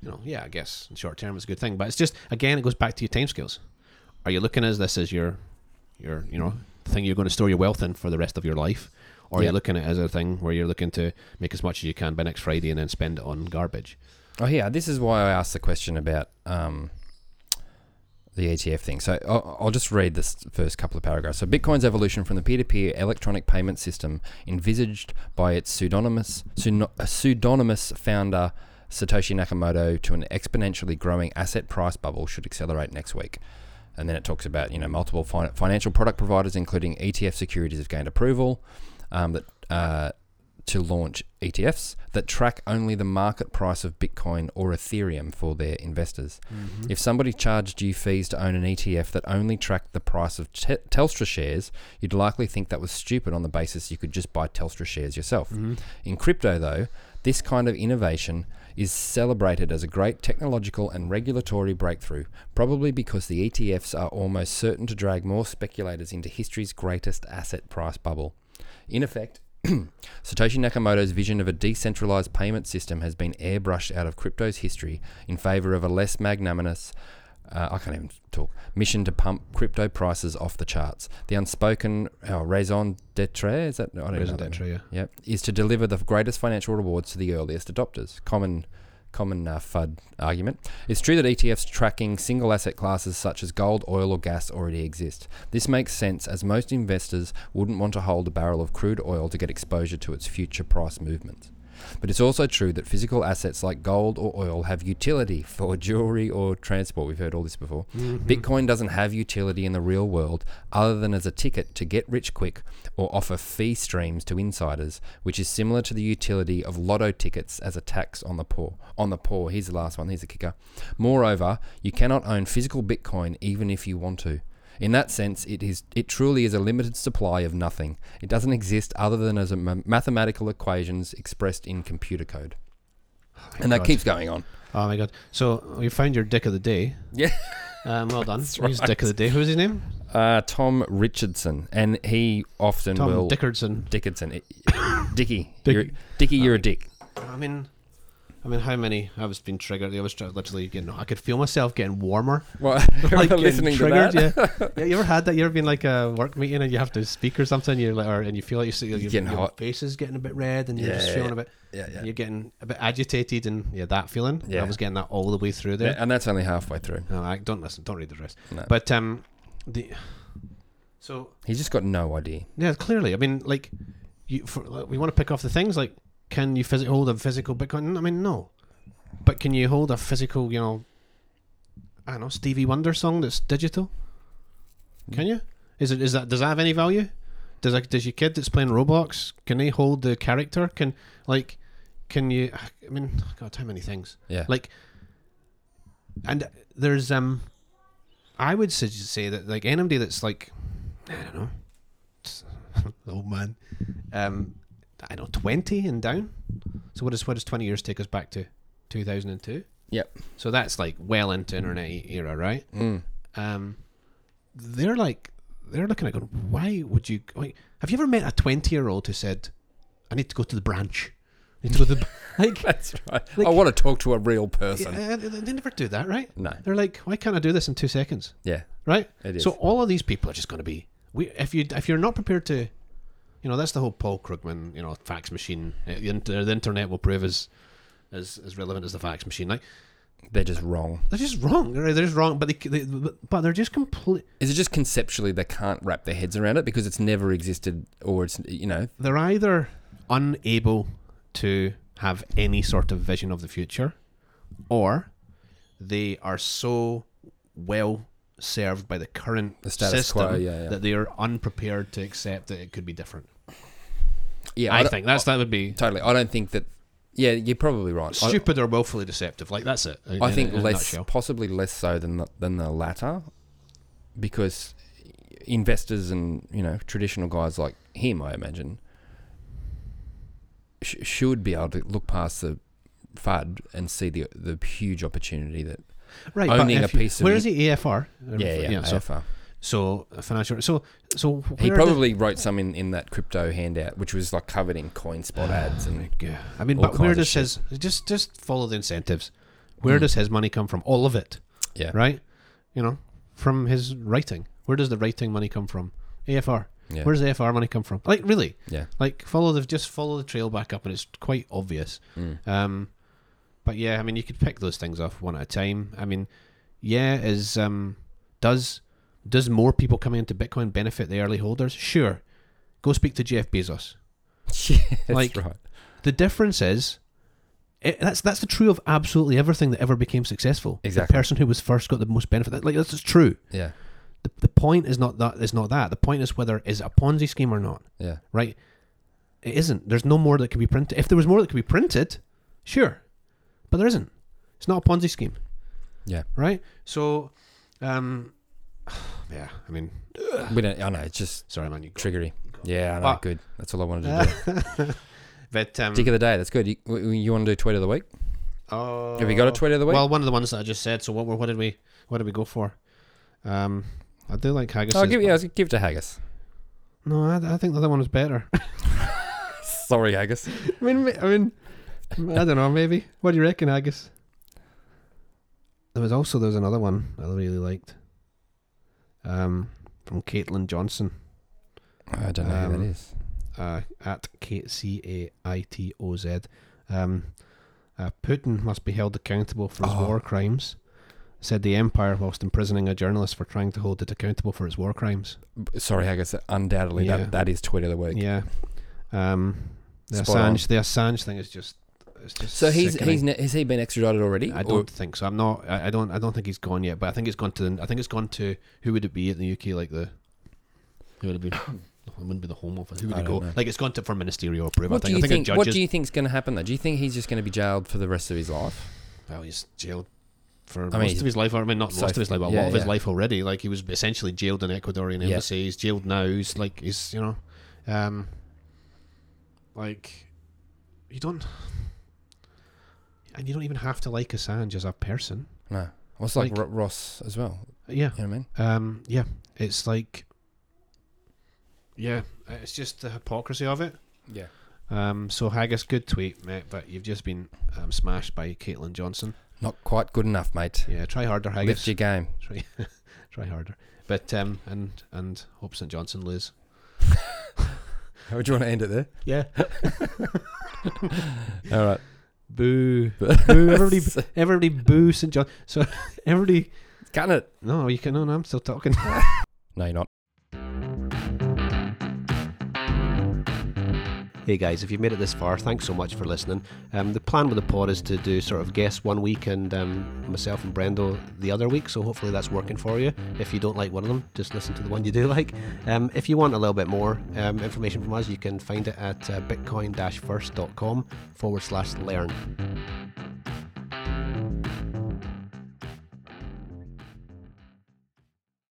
Speaker 3: you know yeah, I guess in short term it's a good thing. But it's just again it goes back to your timescales. Are you looking at this as your your you know thing you're going to store your wealth in for the rest of your life or
Speaker 2: Yeah.
Speaker 3: you're looking at it as a thing where you're looking to make as much as you can by next friday and then spend it on garbage
Speaker 2: Oh yeah, this is why I asked the question about um, the ETF thing. So I'll, I'll just read this first couple of paragraphs. So Bitcoin's evolution from the peer-to-peer electronic payment system envisaged by its pseudonymous pseudo- pseudonymous founder Satoshi Nakamoto to an exponentially growing asset price bubble should accelerate next week. And then it talks about you know multiple fin- financial product providers, including ETF securities, have gained approval um, that. Uh, to launch ETFs that track only the market price of Bitcoin or Ethereum for their investors. If somebody charged you fees to own an ETF that only tracked the price of te- Telstra shares, you'd likely think that was stupid on the basis you could just buy Telstra shares yourself. In crypto, though, this kind of innovation is celebrated as a great technological and regulatory breakthrough, probably because the ETFs are almost certain to drag more speculators into history's greatest asset price bubble. In effect, Satoshi Nakamoto's vision of a decentralized payment system has been airbrushed out of crypto's history in favor of a less magnanimous, uh, I can't even talk, mission to pump crypto prices off the charts. The unspoken uh, raison d'etre, is that? I don't know.
Speaker 3: Raison
Speaker 2: that
Speaker 3: d'etre,
Speaker 2: name. Yep. Is to deliver the greatest financial rewards to the earliest adopters. Common common uh, FUD argument. It's true that ETFs tracking single asset classes such as gold, oil, or gas already exist. This makes sense as most investors wouldn't want to hold a barrel of crude oil to get exposure to its future price movements. But it's also true that physical assets like gold or oil have utility for jewelry or transport. We've heard all this before. Bitcoin doesn't have utility in the real world other than as a ticket to get rich quick or offer fee streams to insiders, which is similar to the utility of lotto tickets as a tax on the poor. On the poor, here's the last one, here's the kicker. Moreover, you cannot own physical Bitcoin even if you want to. In that sense, it is it truly is a limited supply of nothing. It doesn't exist other than as a ma- mathematical equations expressed in computer code. and that
Speaker 3: God.
Speaker 2: keeps going on.
Speaker 3: oh my god so we found your dick of the day
Speaker 2: Yeah.
Speaker 3: um, well done
Speaker 2: That's
Speaker 3: Who's dick of the day who was his name
Speaker 2: Uh, Tom Richardson, and he often
Speaker 3: tom
Speaker 2: will
Speaker 3: dickerson
Speaker 2: Dickinson, Dickie,
Speaker 3: Dick-
Speaker 2: Oh, you're, Dickie, you're a dick.
Speaker 3: i mean I mean, how many? I was being triggered. I was tr- literally getting. I could feel myself getting warmer.
Speaker 2: Well,
Speaker 3: Like getting
Speaker 2: listening to
Speaker 3: triggered,
Speaker 2: that.
Speaker 3: Yeah. yeah. You ever had that? You ever been like a work meeting and you have to speak or something? You're like, or, and you feel like you see, your,
Speaker 2: You're getting
Speaker 3: your
Speaker 2: hot.
Speaker 3: face is getting a bit red, and you're
Speaker 2: Yeah,
Speaker 3: just
Speaker 2: yeah,
Speaker 3: feeling
Speaker 2: yeah.
Speaker 3: a bit.
Speaker 2: Yeah, yeah.
Speaker 3: and You're getting a bit agitated, and yeah, that feeling.
Speaker 2: Yeah.
Speaker 3: I was getting that all the way through there.
Speaker 2: And that's only halfway through.
Speaker 3: No, I don't listen. Don't read the rest.
Speaker 2: No.
Speaker 3: But um, the so
Speaker 2: He's just got no idea.
Speaker 3: yeah, clearly. I mean, like, you for, like, we want to pick off the things like, can you phys- hold a physical Bitcoin? I mean, no. But can you hold a physical, you know, I don't know, Stevie Wonder song that's digital? Can you? Is it is that does that have any value? Does like does your kid that's playing Roblox can they hold the character? Can like can you? I mean, God, how many things?
Speaker 2: Yeah.
Speaker 3: Like, and there's um, I would sug- say that like anybody that's like, I don't know, the old man, um, I don't know, twenty and down. So what does what does twenty years take us back to? Two thousand and two.
Speaker 2: Yep.
Speaker 3: So that's like well into internet e- era, right?
Speaker 2: Mm.
Speaker 3: Um, they're like they're looking at going, why would you? Why? Have you ever met a twenty year old who said, "I need to go to the branch"? I need to go to the b-" like.
Speaker 2: That's right.
Speaker 3: Like-
Speaker 2: I want to talk to a real person.
Speaker 3: Yeah, they they never do that, right?
Speaker 2: No.
Speaker 3: They're like, why can't I do this in two seconds?
Speaker 2: Yeah.
Speaker 3: Right?
Speaker 2: It is.
Speaker 3: So all of these people are just going to be. We if you if you're not prepared to, you know, that's the whole Paul Krugman, you know, fax machine. uh, The, inter- the internet will prove as as as relevant as the fax machine. Like
Speaker 2: They're just wrong.
Speaker 3: they're just wrong. They're, they're just wrong. But they, they but they're just complete.
Speaker 2: Is it just conceptually they can't wrap their heads around it because it's never existed or it's, you know,
Speaker 3: They're either unable to have any sort of vision of the future, or they are so well served by the current
Speaker 2: The status
Speaker 3: system
Speaker 2: quo, yeah, yeah.
Speaker 3: that they are unprepared to accept that it could be different.
Speaker 2: yeah,
Speaker 3: I
Speaker 2: don't-
Speaker 3: think that's that would be
Speaker 2: totally. I don't think that. Yeah, you're probably right. I-
Speaker 3: stupid or willfully deceptive. Like that's it. in-
Speaker 2: I
Speaker 3: in-
Speaker 2: think
Speaker 3: in a
Speaker 2: less,
Speaker 3: nutshell.
Speaker 2: possibly less so than the, than the latter, because investors and you know traditional guys like him, I imagine, sh- should be able to look past the fud and see the the huge opportunity that
Speaker 3: Right, but
Speaker 2: owning
Speaker 3: if
Speaker 2: a
Speaker 3: you-
Speaker 2: piece of
Speaker 3: Where
Speaker 2: it-
Speaker 3: is the AFR?
Speaker 2: yeah yeah,
Speaker 3: so,
Speaker 2: AFR.
Speaker 3: so uh, financial. So so where
Speaker 2: He
Speaker 3: are the-
Speaker 2: probably wrote some in, in that crypto handout, which was like covered in coin spot ads and
Speaker 3: Yeah. I mean,
Speaker 2: All
Speaker 3: but where
Speaker 2: kinds of Hmm.
Speaker 3: does his just just follow the incentives? Where does his money come from? All of it,
Speaker 2: yeah
Speaker 3: right? You know, from his writing. Where does the writing money come from? AFR.
Speaker 2: Yeah.
Speaker 3: Where does AFR money come from? Like really?
Speaker 2: yeah
Speaker 3: Like follow the just follow the trail back up, and it's quite obvious. Um, but yeah, I mean, you could pick those things off one at a time. I mean, yeah, is um, does does more people coming into Bitcoin benefit the early holders? Sure, go speak to Jeff Bezos.
Speaker 2: yeah that's
Speaker 3: Like-
Speaker 2: right
Speaker 3: The difference is. It, that's that's the true of absolutely everything that ever became successful.
Speaker 2: Exactly.
Speaker 3: the person who was first got the most benefit. That- Like that's just true.
Speaker 2: yeah
Speaker 3: The, the point is not that is not that. The point is whether is it a Ponzi scheme or not
Speaker 2: yeah
Speaker 3: right? It isn't. There's no more that can be printed. If there was more that could be printed, sure, but there isn't. It's not a Ponzi scheme,
Speaker 2: yeah
Speaker 3: right? So, um, yeah. I mean, uh,
Speaker 2: we don't I know it's just
Speaker 3: sorry, man. You go.
Speaker 2: Triggery. Yeah, I know.
Speaker 3: Ah.
Speaker 2: good. That's all I wanted to do.
Speaker 3: But um,
Speaker 2: Dick of the day. That's good. You, w- you want to do tweet of the week?
Speaker 3: oh,
Speaker 2: Have you got a tweet of the week?
Speaker 3: Well, one of the ones that I just said. So what? were- What did we? What did we go for? Um, I do like haggis.
Speaker 2: oh, give, yeah, give it to Haggis.
Speaker 3: No, I, I think the other one was better.
Speaker 2: Sorry, Haggis.
Speaker 3: I mean, ma- I mean, I don't know. Maybe. What do you reckon, Agus? There was also there was another one I really liked, um, from Caitlin Johnson,
Speaker 2: I don't know who
Speaker 3: Um,
Speaker 2: that is.
Speaker 3: uh, at K C A I T O Z. Um, uh, Putin must be held accountable for his
Speaker 2: Oh.
Speaker 3: war crimes. Said the empire whilst imprisoning a journalist for trying to hold it accountable for his war crimes.
Speaker 2: B- Sorry, Haggis. Undoubtedly,
Speaker 3: Yeah.
Speaker 2: that, that is tweet of the week.
Speaker 3: Yeah, um, the
Speaker 2: Spot on.
Speaker 3: Assange the Assange thing is just. It's just
Speaker 2: So he's
Speaker 3: sickening.
Speaker 2: he's ne- has he been extradited already?
Speaker 3: I
Speaker 2: Or-
Speaker 3: don't think so. I'm not. I, I don't. I don't think he's gone yet. But I think it's gone to. The, I think it's gone to. Who would it be in the UK? Like the. Who would it be? It wouldn't be the Home Office. Who would
Speaker 2: I
Speaker 3: it go?
Speaker 2: don't know.
Speaker 3: Like it's gone to for ministerial approval.
Speaker 2: what
Speaker 3: I
Speaker 2: do you
Speaker 3: think. I think,
Speaker 2: think?
Speaker 3: it
Speaker 2: What
Speaker 3: judges.
Speaker 2: do you think's going to happen though? Do you think he's just going to be jailed for the rest of his life?
Speaker 3: Well, he's jailed for
Speaker 2: mean,
Speaker 3: most
Speaker 2: he's-
Speaker 3: of his life. I mean, not
Speaker 2: so-
Speaker 3: most of his life, but a
Speaker 2: yeah,
Speaker 3: lot of his
Speaker 2: yeah.
Speaker 3: life already. Like he was essentially jailed in Ecuadorian
Speaker 2: Yeah.
Speaker 3: embassy. He's jailed now. He's like he's you know, um, like you don't. And you don't even have to like Assange as a person.
Speaker 2: No. Well, it's like,
Speaker 3: Like-
Speaker 2: Ro- Ross as well.
Speaker 3: Yeah.
Speaker 2: You know what I mean?
Speaker 3: Um, yeah, it's like, yeah, it's just the hypocrisy of it.
Speaker 2: Yeah.
Speaker 3: Um, so Haggis, good tweet, mate, but you've just been um, smashed by Caitlin Johnson.
Speaker 2: Not quite good enough, mate.
Speaker 3: Yeah, try harder, Haggis.
Speaker 2: Lift your game.
Speaker 3: Try, try harder. But um, and and hope St Johnson lose.
Speaker 2: How would you want to end it there?
Speaker 3: Yeah.
Speaker 2: All right.
Speaker 3: Boo. boo. Everybody, everybody, boo St John. So everybody.
Speaker 2: Can it?
Speaker 3: No, you can. No, no I'm still talking.
Speaker 2: No, you're not.
Speaker 3: Hey guys, if you've made it this far, thanks so much for listening. Um, the plan with the pod is to do sort of guests one week and um, myself and Brendo the other week, so hopefully that's working for you. If you don't like one of them, just listen to the one you do like. Um, if you want a little bit more um, information from us, you can find it at uh, bitcoin-first.com forward slash learn.